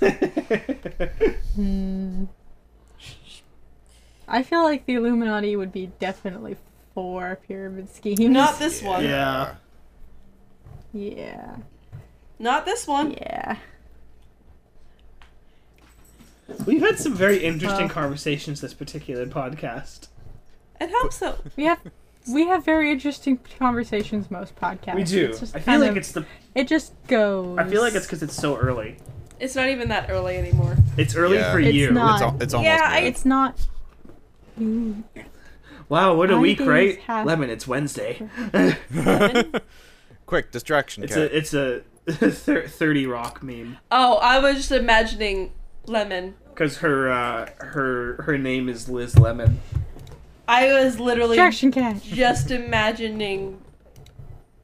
[SPEAKER 1] I feel like the Illuminati would be definitely for pyramid schemes.
[SPEAKER 3] Not this one.
[SPEAKER 2] yeah.
[SPEAKER 1] yeah.
[SPEAKER 3] Not this one.
[SPEAKER 1] Yeah.
[SPEAKER 2] We've had some very interesting
[SPEAKER 1] Uh.
[SPEAKER 2] conversations this particular podcast.
[SPEAKER 3] It helps though.
[SPEAKER 1] We have we have very interesting conversations most podcasts.
[SPEAKER 2] We do.
[SPEAKER 1] It's just
[SPEAKER 2] I feel
[SPEAKER 1] kind
[SPEAKER 2] like
[SPEAKER 1] of-
[SPEAKER 2] it's the
[SPEAKER 1] it just goes.
[SPEAKER 2] I feel like it's cuz it's so early.
[SPEAKER 3] It's not even that early anymore.
[SPEAKER 2] It's early
[SPEAKER 4] Yeah.
[SPEAKER 2] for
[SPEAKER 1] It's
[SPEAKER 2] you.
[SPEAKER 1] not.
[SPEAKER 4] It's, al- it's almost.
[SPEAKER 3] Yeah,
[SPEAKER 4] Yeah,
[SPEAKER 3] I-
[SPEAKER 1] it's not. Mm.
[SPEAKER 2] Wow, what a
[SPEAKER 1] I
[SPEAKER 2] week,
[SPEAKER 1] think
[SPEAKER 2] right?
[SPEAKER 1] it's half-
[SPEAKER 2] Lemon, it's Wednesday.
[SPEAKER 4] Quick distraction.
[SPEAKER 2] It's
[SPEAKER 4] cat.
[SPEAKER 2] a it's a thir- 30 rock meme
[SPEAKER 3] Oh, I was just imagining Lemon.
[SPEAKER 2] cuz her uh, her her name is Liz Lemon.
[SPEAKER 3] I was literally
[SPEAKER 1] Distraction cat.
[SPEAKER 3] just imagining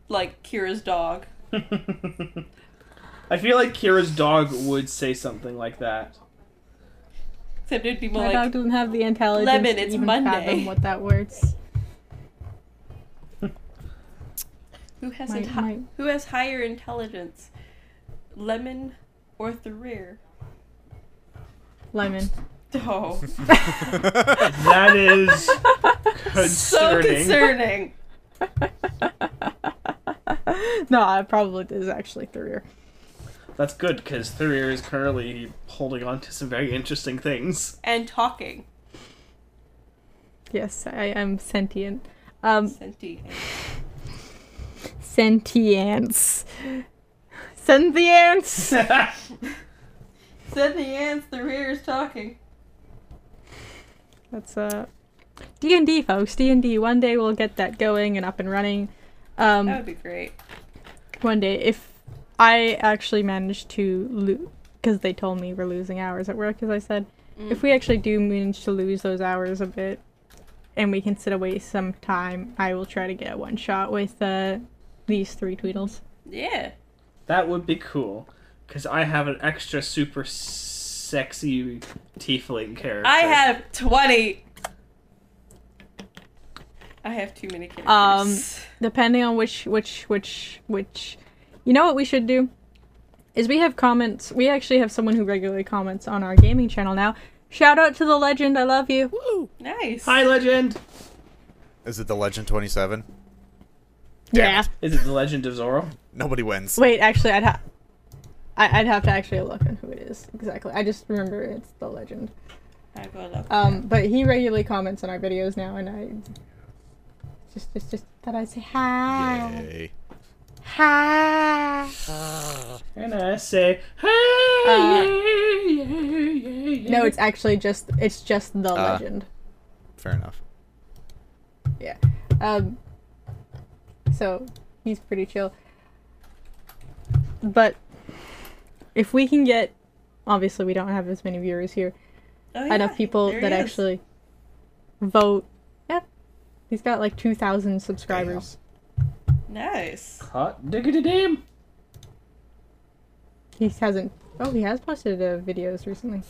[SPEAKER 3] like Kira's dog.
[SPEAKER 2] I feel like Kira's dog would say something like that.
[SPEAKER 3] Except it'd be more
[SPEAKER 1] My
[SPEAKER 3] like
[SPEAKER 1] dog doesn't have the intelligence
[SPEAKER 3] Lemon,
[SPEAKER 1] to
[SPEAKER 3] it's
[SPEAKER 1] even
[SPEAKER 3] Monday.
[SPEAKER 1] fathom what that word's.
[SPEAKER 3] Who has a
[SPEAKER 1] Might-
[SPEAKER 3] hi-
[SPEAKER 1] might-
[SPEAKER 3] who has higher intelligence, lemon or Thrir?
[SPEAKER 1] Lemon.
[SPEAKER 3] Oh,
[SPEAKER 2] That is concerning.
[SPEAKER 3] so concerning.
[SPEAKER 1] no, it probably is actually Thurier.
[SPEAKER 2] That's good because Thurir is currently holding on to some very interesting things.
[SPEAKER 3] And talking,
[SPEAKER 1] Yes, I am sentient. Um,
[SPEAKER 3] sentient.
[SPEAKER 1] sentience. Sentience.
[SPEAKER 3] Said the ants, Thrir is talking.
[SPEAKER 1] That's uh D and D, folks. D and D. One day we'll get that going and up and running. Um,
[SPEAKER 3] That would be great.
[SPEAKER 1] one day if i actually manage to lose because they told me we're losing hours at work as i said if we actually do manage to lose those hours a bit and we can sit away some time i will try to get one shot with uh, these three tweedles
[SPEAKER 3] Yeah.
[SPEAKER 2] that would be cool because I have an extra super sexy tiefling character.
[SPEAKER 3] I have twenty. I have too many characters.
[SPEAKER 1] Um, depending on which which which which you know what we should do is we have comments we actually have someone who regularly comments on our gaming channel now shout out to the legend i love you
[SPEAKER 3] nice.
[SPEAKER 2] Hi, legend.
[SPEAKER 4] Is it the Legend 27?
[SPEAKER 1] yeah
[SPEAKER 4] Damn it.
[SPEAKER 2] Is it the Legend of Zorro?
[SPEAKER 4] Nobody wins.
[SPEAKER 1] Wait, actually, I'd have. I'd have to actually look on who it is exactly. I just remember it's the legend.
[SPEAKER 3] I will look.
[SPEAKER 1] Um, but he regularly comments on our videos now, and I just just just thought I'd say hi,
[SPEAKER 4] Yay.
[SPEAKER 1] hi.
[SPEAKER 2] And I say, hey,
[SPEAKER 1] Uh,
[SPEAKER 2] yeah, yeah, yeah, Uh,
[SPEAKER 1] No,
[SPEAKER 2] yeah.
[SPEAKER 1] it's actually just it's just the legend.
[SPEAKER 4] Fair enough.
[SPEAKER 1] Yeah. Um. So he's pretty chill. But if we can get, obviously, we don't have as many viewers here.
[SPEAKER 3] Oh, yeah,
[SPEAKER 1] enough people
[SPEAKER 3] there
[SPEAKER 1] that
[SPEAKER 3] he is.
[SPEAKER 1] actually vote. Yep. He's got like 2,000 subscribers.
[SPEAKER 3] Nice.
[SPEAKER 2] hot diggity damn.
[SPEAKER 1] He hasn't. Oh, he has posted uh, videos recently.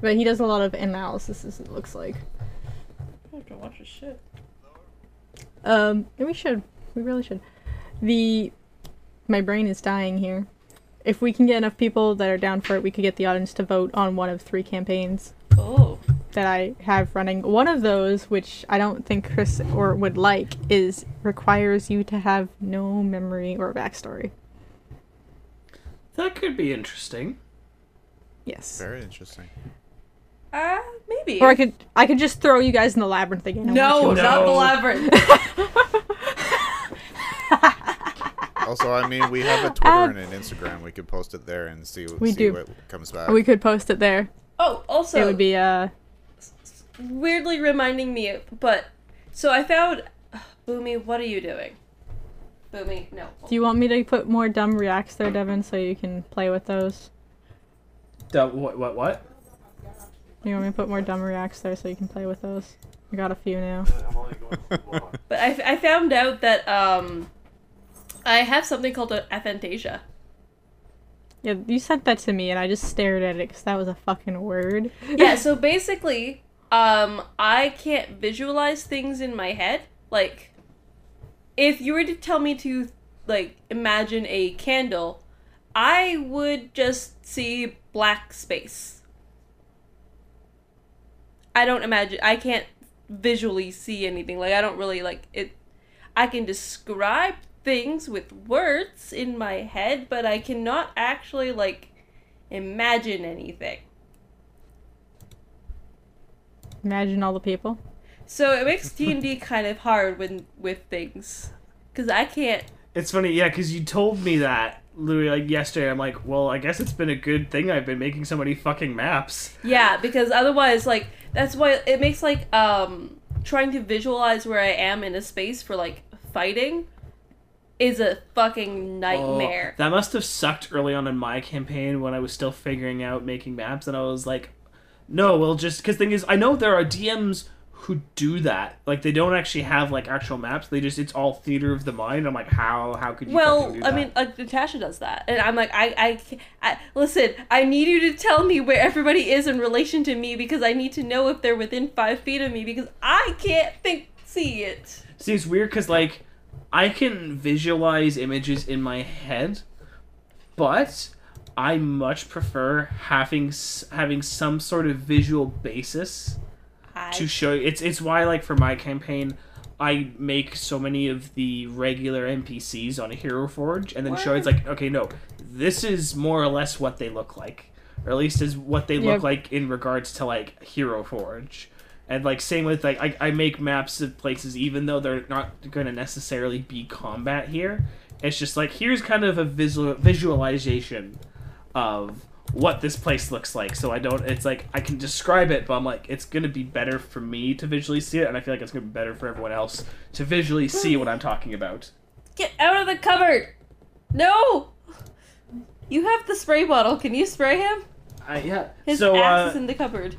[SPEAKER 1] But he does a lot of analysis, as it looks like.
[SPEAKER 3] I have to watch this shit.
[SPEAKER 1] Um, and we should. We really should. The. My brain is dying here. If we can get enough people that are down for it, we could get the audience to vote on one of three campaigns.
[SPEAKER 3] Oh.
[SPEAKER 1] that I have running. One of those, which I don't think Chris or would like, is requires you to have no memory or backstory.
[SPEAKER 2] That could be interesting.
[SPEAKER 1] Yes.
[SPEAKER 4] Very interesting.
[SPEAKER 3] Uh, maybe.
[SPEAKER 1] Or I could I could just throw you guys in the labyrinth again. and watch
[SPEAKER 3] No,
[SPEAKER 1] you-
[SPEAKER 3] not the
[SPEAKER 2] No.
[SPEAKER 3] labyrinth.
[SPEAKER 4] Also, I mean, we have a Twitter and an Instagram. We could post it there and see,
[SPEAKER 1] Um, We
[SPEAKER 4] see
[SPEAKER 1] do.
[SPEAKER 4] what comes back.
[SPEAKER 1] we could post it there.
[SPEAKER 3] oh, also,
[SPEAKER 1] it would be uh
[SPEAKER 3] weirdly reminding me of, but so I found Boomy, what are you doing? Boomy, no.
[SPEAKER 1] do you want me to put more dumb reacts there, Devin, so you can play with those?
[SPEAKER 2] Duh, what? What? What?
[SPEAKER 1] Do you want me to put more dumb reacts there so you can play with those? I got a few now.
[SPEAKER 3] But I, I found out that um, I have something called a- aphantasia.
[SPEAKER 1] Yeah, you sent that to me, and I just stared at it because that was a fucking word.
[SPEAKER 3] Yeah, so basically, um, I can't visualize things in my head. Like, if you were to tell me to, like, imagine a candle, I would just see black space. I don't imagine. I can't visually see anything. Like, I don't really, like, it. I can describe things with words in my head, but I cannot actually, like, imagine anything.
[SPEAKER 1] Imagine all the people.
[SPEAKER 3] So it makes D and D kind of hard when with things, because I can't.
[SPEAKER 2] It's funny, yeah, because you told me that Louis like yesterday. I'm like, well, I guess it's been a good thing I've been making so many fucking maps.
[SPEAKER 3] Yeah, because otherwise, like that's why it makes like um trying to visualize where I am in a space for like fighting is a fucking
[SPEAKER 2] Oh,
[SPEAKER 3] nightmare.
[SPEAKER 2] that must have sucked early on in my campaign when I was still figuring out making maps, and I was like, no, well, just because thing is, I know there are DMs who do that. Like they don't actually have like actual maps. They just it's all theater of the mind. I'm like, how how could you?
[SPEAKER 3] well,
[SPEAKER 2] fucking do
[SPEAKER 3] I
[SPEAKER 2] that?
[SPEAKER 3] mean, like Natasha does that, and I'm like, I, I, ca- I, listen. I need you to tell me where everybody is in relation to me because I need to know if they're within five feet of me because I can't think see it.
[SPEAKER 2] See, it's weird because like I can visualize images in my head, but I much prefer having s- having some sort of visual basis
[SPEAKER 3] I
[SPEAKER 2] to show. It's it's why like for my campaign. I make so many of the regular NPCs on Hero Forge, and then show it's like, okay, no, this is more or less what they look like, or at least is what they
[SPEAKER 1] Yeah.
[SPEAKER 2] look like in regards to like Hero Forge. And like same with like I, I make maps of places even though they're not going to necessarily be combat here. It's just like here's kind of a visual visualization of what this place looks like. So I don't it's like I can describe it, but I'm like it's going to be better for me to visually see it and I feel like it's going to be better for everyone else to visually
[SPEAKER 3] Hmm.
[SPEAKER 2] see what I'm talking about.
[SPEAKER 3] Get out of the cupboard! No! You have the spray bottle. Can you spray him?
[SPEAKER 2] I, yeah.
[SPEAKER 3] His
[SPEAKER 2] so
[SPEAKER 3] ass
[SPEAKER 2] uh,
[SPEAKER 3] is in the cupboard.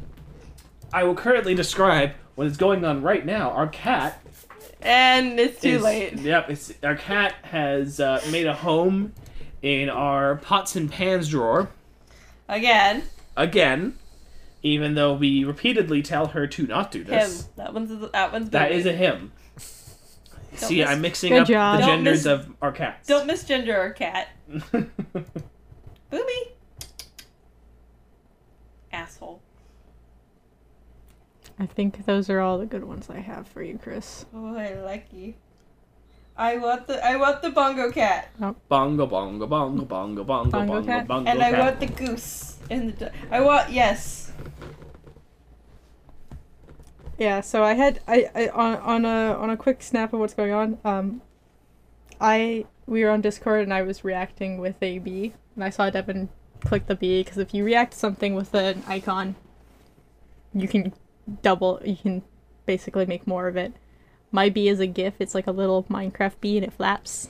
[SPEAKER 2] I will currently describe what is going on right now. Our cat
[SPEAKER 3] And it's too
[SPEAKER 2] is-
[SPEAKER 3] late.
[SPEAKER 2] Yep, it's our cat has uh, made a home in our pots and pans drawer
[SPEAKER 3] Again.
[SPEAKER 2] again, even though we repeatedly tell her to not do
[SPEAKER 3] Him.
[SPEAKER 2] this.
[SPEAKER 3] That one's that one's
[SPEAKER 2] That
[SPEAKER 3] Billy.
[SPEAKER 2] is a him. See,
[SPEAKER 3] miss-
[SPEAKER 2] I'm mixing
[SPEAKER 1] Good
[SPEAKER 2] up
[SPEAKER 1] job.
[SPEAKER 2] the
[SPEAKER 3] Don't
[SPEAKER 2] genders
[SPEAKER 3] miss-
[SPEAKER 2] of our cats.
[SPEAKER 3] Don't misgender our cat. Boomy. Asshole.
[SPEAKER 1] I think those are all the good ones I have for you, Chris.
[SPEAKER 3] Oh, I like you. I want the I want the bongo cat.
[SPEAKER 2] bongo, bongo, bongo, bongo, bongo,
[SPEAKER 1] Bongo
[SPEAKER 2] bongo,
[SPEAKER 1] cat.
[SPEAKER 2] bongo.
[SPEAKER 3] and I
[SPEAKER 2] cat.
[SPEAKER 3] want the goose. And the do- I want yes.
[SPEAKER 1] Yeah, so I had I, I on on a on a quick snap of what's going on. Um, I we were on Discord and I was reacting with a B, and I saw Devin click the B because if you react to something with an icon, you can double. You can basically make more of it. My B is a GIF. It's like a little Minecraft bee, and it flaps.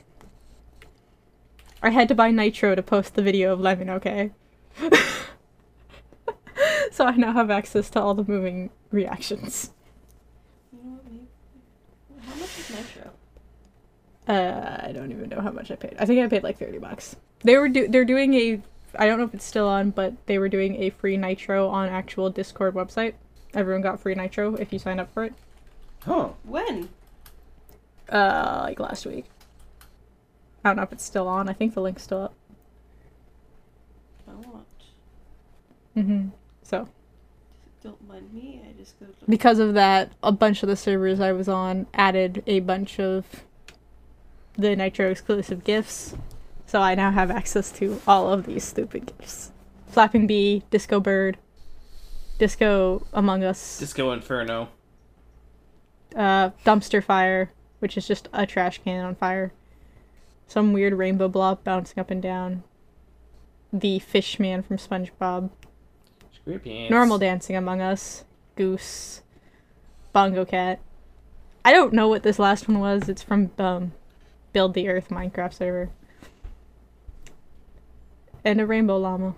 [SPEAKER 1] I had to buy Nitro to post the video of Lemon. Okay. So I now have access to all the moving reactions.
[SPEAKER 3] You know what? Maybe. How much is Nitro?
[SPEAKER 1] Uh, I don't even know how much I paid. I think I paid like thirty bucks. They were do they're doing a I don't know if it's still on, but they were doing a free nitro on actual Discord website. Everyone got free nitro if you signed up for it.
[SPEAKER 2] Huh.
[SPEAKER 3] When?
[SPEAKER 1] Uh, like last week. I don't know if it's still on. I think the link's still up.
[SPEAKER 3] I want.
[SPEAKER 1] Mm-hmm. So
[SPEAKER 3] Don't mind me. I just go. To...
[SPEAKER 1] because of that, a bunch of the servers I was on added a bunch of the Nitro exclusive gifts. So I now have access to all of these stupid gifts. Flapping Bee, Disco Bird, Disco Among Us,
[SPEAKER 2] Disco Inferno.
[SPEAKER 1] uh, Dumpster Fire, which is just a trash can on fire. Some weird rainbow blob bouncing up and down. The fish man from SpongeBob.
[SPEAKER 2] Screw your pants.
[SPEAKER 1] Normal Dancing Among Us, Goose, Bongo Cat. I don't know what this last one was. It's from um, Build the Earth Minecraft server. And a rainbow llama.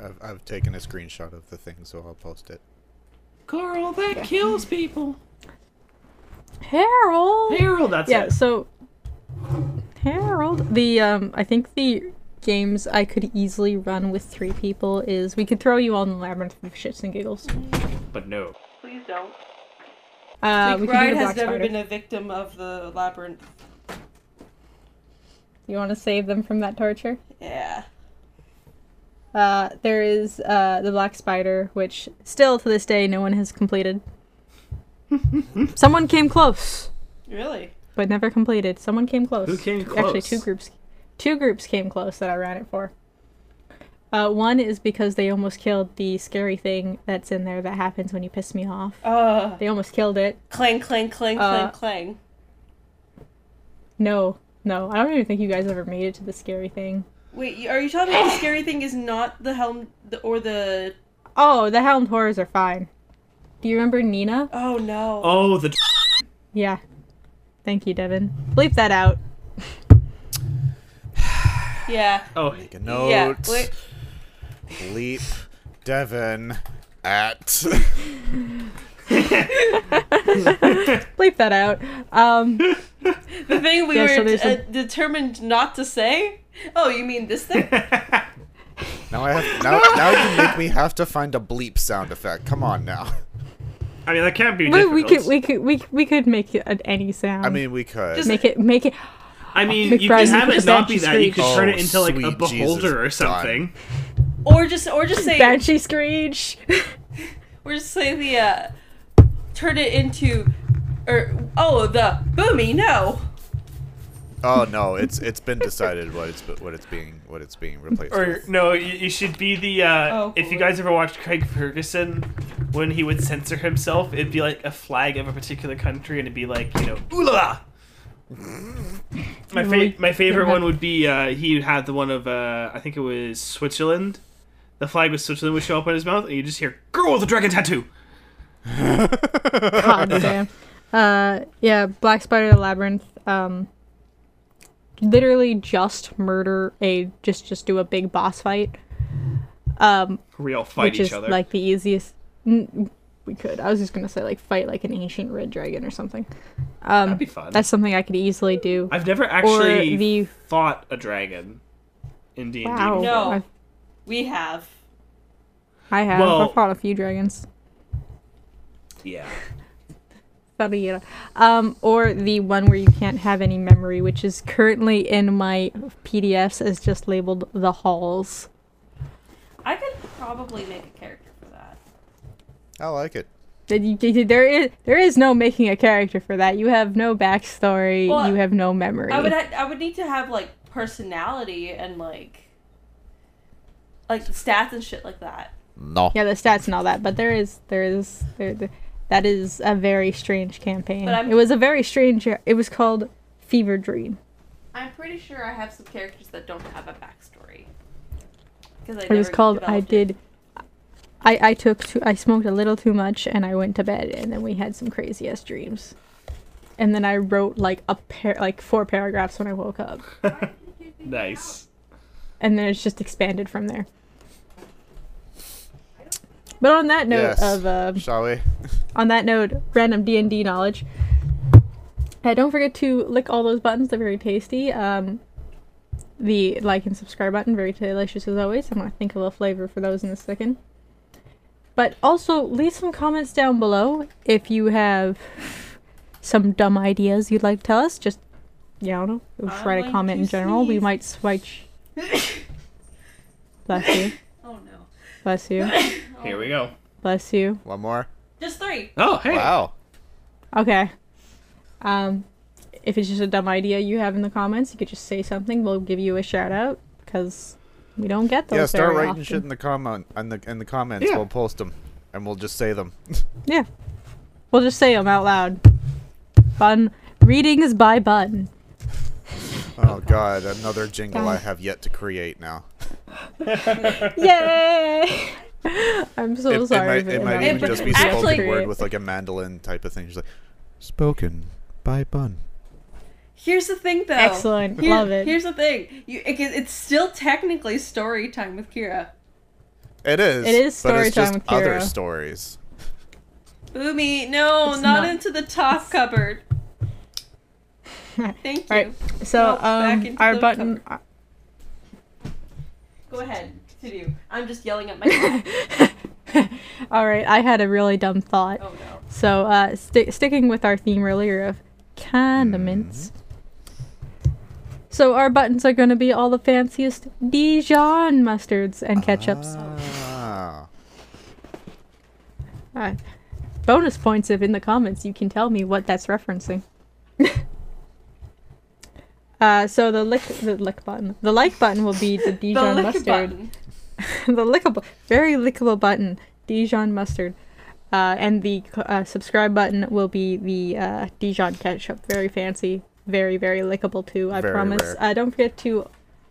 [SPEAKER 4] I've, I've taken a screenshot of the thing, so I'll post it.
[SPEAKER 5] Carl, that kills people.
[SPEAKER 1] Harold.
[SPEAKER 5] Harold, that's
[SPEAKER 1] yeah
[SPEAKER 5] it.
[SPEAKER 1] so harold the um i think the games i could easily run with three people is we could throw you all in the labyrinth for shits and giggles
[SPEAKER 5] But no.
[SPEAKER 3] Please don't.
[SPEAKER 1] uh, we could do
[SPEAKER 3] McBride
[SPEAKER 1] the
[SPEAKER 3] has
[SPEAKER 1] black
[SPEAKER 3] never
[SPEAKER 1] spider.
[SPEAKER 3] been a victim of the labyrinth.
[SPEAKER 1] you want to save them from that torture
[SPEAKER 3] Yeah.
[SPEAKER 1] uh there is uh the black spider which still to this day no one has completed someone came close
[SPEAKER 3] Really?
[SPEAKER 1] but never completed someone came close
[SPEAKER 2] Who came
[SPEAKER 1] actually
[SPEAKER 2] close?
[SPEAKER 1] two groups two groups came close that i ran it for uh, one is because they almost killed the scary thing that's in there that happens when you piss me off
[SPEAKER 3] Uh,
[SPEAKER 1] they almost killed it
[SPEAKER 3] clang, clang, clang,
[SPEAKER 1] Uh,
[SPEAKER 3] clang, clang.
[SPEAKER 1] no no i don't even think you guys ever made it to the scary thing
[SPEAKER 3] Wait, you- are you telling me the scary thing is not the helm the, or the?
[SPEAKER 1] oh the helmed horrors are fine do you remember nina
[SPEAKER 3] Oh no.
[SPEAKER 5] Oh, the.
[SPEAKER 1] yeah thank you devin bleep that out
[SPEAKER 3] Yeah.
[SPEAKER 5] Oh,
[SPEAKER 4] Make a note.
[SPEAKER 3] Yeah. Wait.
[SPEAKER 4] Leap Devon at
[SPEAKER 1] bleep that out um
[SPEAKER 3] The thing we
[SPEAKER 1] Yeah, so
[SPEAKER 3] were
[SPEAKER 1] there's
[SPEAKER 3] uh,
[SPEAKER 1] some-
[SPEAKER 3] determined not to say. Oh, you mean this thing?
[SPEAKER 4] now I have now, now you make me have to find a bleep sound effect. Come on now.
[SPEAKER 5] I mean, that can't be
[SPEAKER 1] we,
[SPEAKER 5] difficult.
[SPEAKER 1] we could we could we, we could make it at any sound
[SPEAKER 4] I mean we could.
[SPEAKER 3] Just-
[SPEAKER 1] make it make it
[SPEAKER 5] I mean, you
[SPEAKER 1] McBride,
[SPEAKER 5] could
[SPEAKER 1] you
[SPEAKER 5] have
[SPEAKER 1] could
[SPEAKER 5] it not be
[SPEAKER 1] just
[SPEAKER 5] that. You could
[SPEAKER 1] screech.
[SPEAKER 5] turn it
[SPEAKER 4] Oh,
[SPEAKER 5] into like a
[SPEAKER 4] sweet
[SPEAKER 5] beholder
[SPEAKER 4] Jesus,
[SPEAKER 5] or
[SPEAKER 4] done.
[SPEAKER 5] something.
[SPEAKER 3] Or just or just say
[SPEAKER 1] banshee screech
[SPEAKER 3] or just say the uh, turn it into or oh the boomy no.
[SPEAKER 4] oh no, it's it's been decided what it's what it's being what it's being replaced
[SPEAKER 5] Or
[SPEAKER 4] with.
[SPEAKER 5] no, you, you should be the. Uh,
[SPEAKER 3] Oh,
[SPEAKER 5] if you
[SPEAKER 3] boy.
[SPEAKER 5] guys ever watched Craig Ferguson, when he would censor himself, it'd be like a flag of a particular country, and it'd be like you know, ooh la la. My, fa- my favorite one would be uh, he had the one of uh, I think it was Switzerland. The flag of Switzerland would show up in his mouth, and you just hear "girl with a dragon tattoo."
[SPEAKER 1] God Oh, damn. Uh, yeah, Black Spider the Labyrinth. Um, literally just murder a just just do a big boss fight, Um,
[SPEAKER 5] Real fight
[SPEAKER 1] which
[SPEAKER 5] each
[SPEAKER 1] is
[SPEAKER 5] other.
[SPEAKER 1] like the easiest n- we could. I was just gonna say like fight like an ancient red dragon or something.
[SPEAKER 5] That'd be fun.
[SPEAKER 1] That's something I could easily do.
[SPEAKER 5] I've never actually
[SPEAKER 1] the-
[SPEAKER 5] fought a dragon in D and
[SPEAKER 1] Wow,
[SPEAKER 5] D.
[SPEAKER 3] No.
[SPEAKER 1] I've-
[SPEAKER 3] We have.
[SPEAKER 1] I have.
[SPEAKER 5] Well-
[SPEAKER 1] I've fought a few dragons.
[SPEAKER 5] Yeah.
[SPEAKER 1] Fabiola. Um, or the one where you can't have any memory, which is currently in my PDFs as just labeled the halls.
[SPEAKER 3] I could probably make a character for that.
[SPEAKER 4] I like it.
[SPEAKER 1] That you- you- There is there is no making a character for that. You have no backstory.
[SPEAKER 3] Well,
[SPEAKER 1] you have no memory.
[SPEAKER 3] I would ha- I would need to have like personality and like like stats and shit like that.
[SPEAKER 4] No.
[SPEAKER 1] yeah, the stats and all that. But there is there is there, there- that is a very strange campaign.
[SPEAKER 3] But I'm-
[SPEAKER 1] It was a very strange. It was called Fever Dream.
[SPEAKER 3] I'm pretty sure I have some characters that don't have a backstory. Because I
[SPEAKER 1] It was
[SPEAKER 3] never
[SPEAKER 1] called I
[SPEAKER 3] developed it.
[SPEAKER 1] did. I, I took too, I smoked a little too much and I went to bed and then we had some crazy ass dreams, and then I wrote like a pair like four paragraphs when I woke up
[SPEAKER 5] Nice.
[SPEAKER 1] and then it's just expanded from there. But on that note
[SPEAKER 4] Yes.
[SPEAKER 1] of uh,
[SPEAKER 4] Shall we?
[SPEAKER 1] on that note, random D and D knowledge. Uh, don't forget to lick all those buttons; they're very tasty. Um, the like and subscribe button, very delicious as always. I'm gonna think of a flavor for those in a second. But also leave some comments down below if you have some dumb ideas you'd like to tell us. Just yeah, I don't know.
[SPEAKER 3] I
[SPEAKER 1] write
[SPEAKER 3] like
[SPEAKER 1] a comment
[SPEAKER 3] to
[SPEAKER 1] in general. We
[SPEAKER 3] sneeze.
[SPEAKER 1] might switch. Bless you.
[SPEAKER 3] Oh no. Oh.
[SPEAKER 1] Bless you.
[SPEAKER 5] Here we go.
[SPEAKER 1] Bless you.
[SPEAKER 4] One more?
[SPEAKER 3] Just three.
[SPEAKER 5] Oh hey.
[SPEAKER 4] Wow.
[SPEAKER 1] Okay. Um, if it's just a dumb idea you have in the comments, you could just say something. We'll give you a shout out because we don't get those.
[SPEAKER 4] Yeah, start
[SPEAKER 1] very
[SPEAKER 4] writing
[SPEAKER 1] often.
[SPEAKER 4] shit in the comment in the in the comments.
[SPEAKER 5] Yeah.
[SPEAKER 4] We'll post them and we'll just say them.
[SPEAKER 1] Yeah, we'll just say them out loud. Bun readings by Bun.
[SPEAKER 4] oh god, another jingle I
[SPEAKER 1] God.
[SPEAKER 4] have yet to create now.
[SPEAKER 1] Yay! I'm so
[SPEAKER 4] It- it,
[SPEAKER 1] sorry.
[SPEAKER 4] might,
[SPEAKER 1] for
[SPEAKER 4] it might
[SPEAKER 1] that.
[SPEAKER 4] even
[SPEAKER 3] It-
[SPEAKER 4] just be
[SPEAKER 3] actually-
[SPEAKER 4] spoken word with like a mandolin type of thing. Just like spoken by Bun.
[SPEAKER 3] Here's the thing though.
[SPEAKER 1] Excellent.
[SPEAKER 3] Here-
[SPEAKER 1] Love it.
[SPEAKER 3] Here's the thing. You, it, can- it's still technically story time with Kira.
[SPEAKER 4] It is.
[SPEAKER 1] It is
[SPEAKER 4] but
[SPEAKER 1] story
[SPEAKER 4] it's just
[SPEAKER 1] time with
[SPEAKER 4] other
[SPEAKER 1] Kira.
[SPEAKER 4] stories.
[SPEAKER 3] Boomy, no,
[SPEAKER 1] It's
[SPEAKER 3] not,
[SPEAKER 1] not-
[SPEAKER 3] into the top cupboard. Thank you.
[SPEAKER 1] All right. So
[SPEAKER 3] Nope, back
[SPEAKER 1] um,
[SPEAKER 3] into
[SPEAKER 1] our
[SPEAKER 3] the
[SPEAKER 1] button.
[SPEAKER 3] Go ahead. Continue. I'm just yelling at my
[SPEAKER 1] All right, I had a really dumb thought.
[SPEAKER 3] Oh no.
[SPEAKER 1] So uh, sti sticking with our theme earlier of condiments.
[SPEAKER 3] Mm-hmm.
[SPEAKER 1] So our buttons are going to be all the fanciest Dijon mustards and ketchups.
[SPEAKER 4] Ah.
[SPEAKER 3] Ah.
[SPEAKER 1] Uh, bonus points if in the comments you can tell me what that's referencing. uh, so the lick the lick button, the like button will be the
[SPEAKER 3] The
[SPEAKER 1] Dijon
[SPEAKER 3] lick
[SPEAKER 1] mustard,
[SPEAKER 3] button.
[SPEAKER 1] the lickable, very lickable button, Dijon mustard, uh, and the uh, subscribe button will be the uh, Dijon ketchup. Very fancy, very very lickable too. I
[SPEAKER 4] Very
[SPEAKER 1] promise.
[SPEAKER 4] rare.
[SPEAKER 1] Uh, don't forget to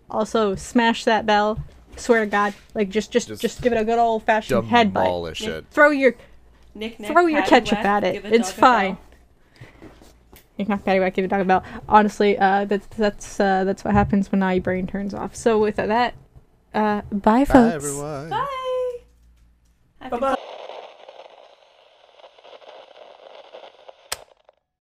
[SPEAKER 1] also smash that bell. Swear to God, like just just just,
[SPEAKER 4] Just
[SPEAKER 1] give it a good old fashioned headbutt.
[SPEAKER 4] Demolish it.
[SPEAKER 1] Throw your
[SPEAKER 3] Nick, Nick,
[SPEAKER 1] Throw your
[SPEAKER 3] patty
[SPEAKER 1] ketchup
[SPEAKER 3] whack,
[SPEAKER 1] at it.
[SPEAKER 3] give a
[SPEAKER 1] It's
[SPEAKER 3] dog a
[SPEAKER 1] fine.
[SPEAKER 3] bone.
[SPEAKER 1] You're not patty whack give a dog about. Honestly, uh, that's that's uh, that's what happens when my brain turns off. So with that, uh, bye,
[SPEAKER 4] Bye,
[SPEAKER 1] folks.
[SPEAKER 4] everyone.
[SPEAKER 3] Bye. Happy
[SPEAKER 5] Bye-bye.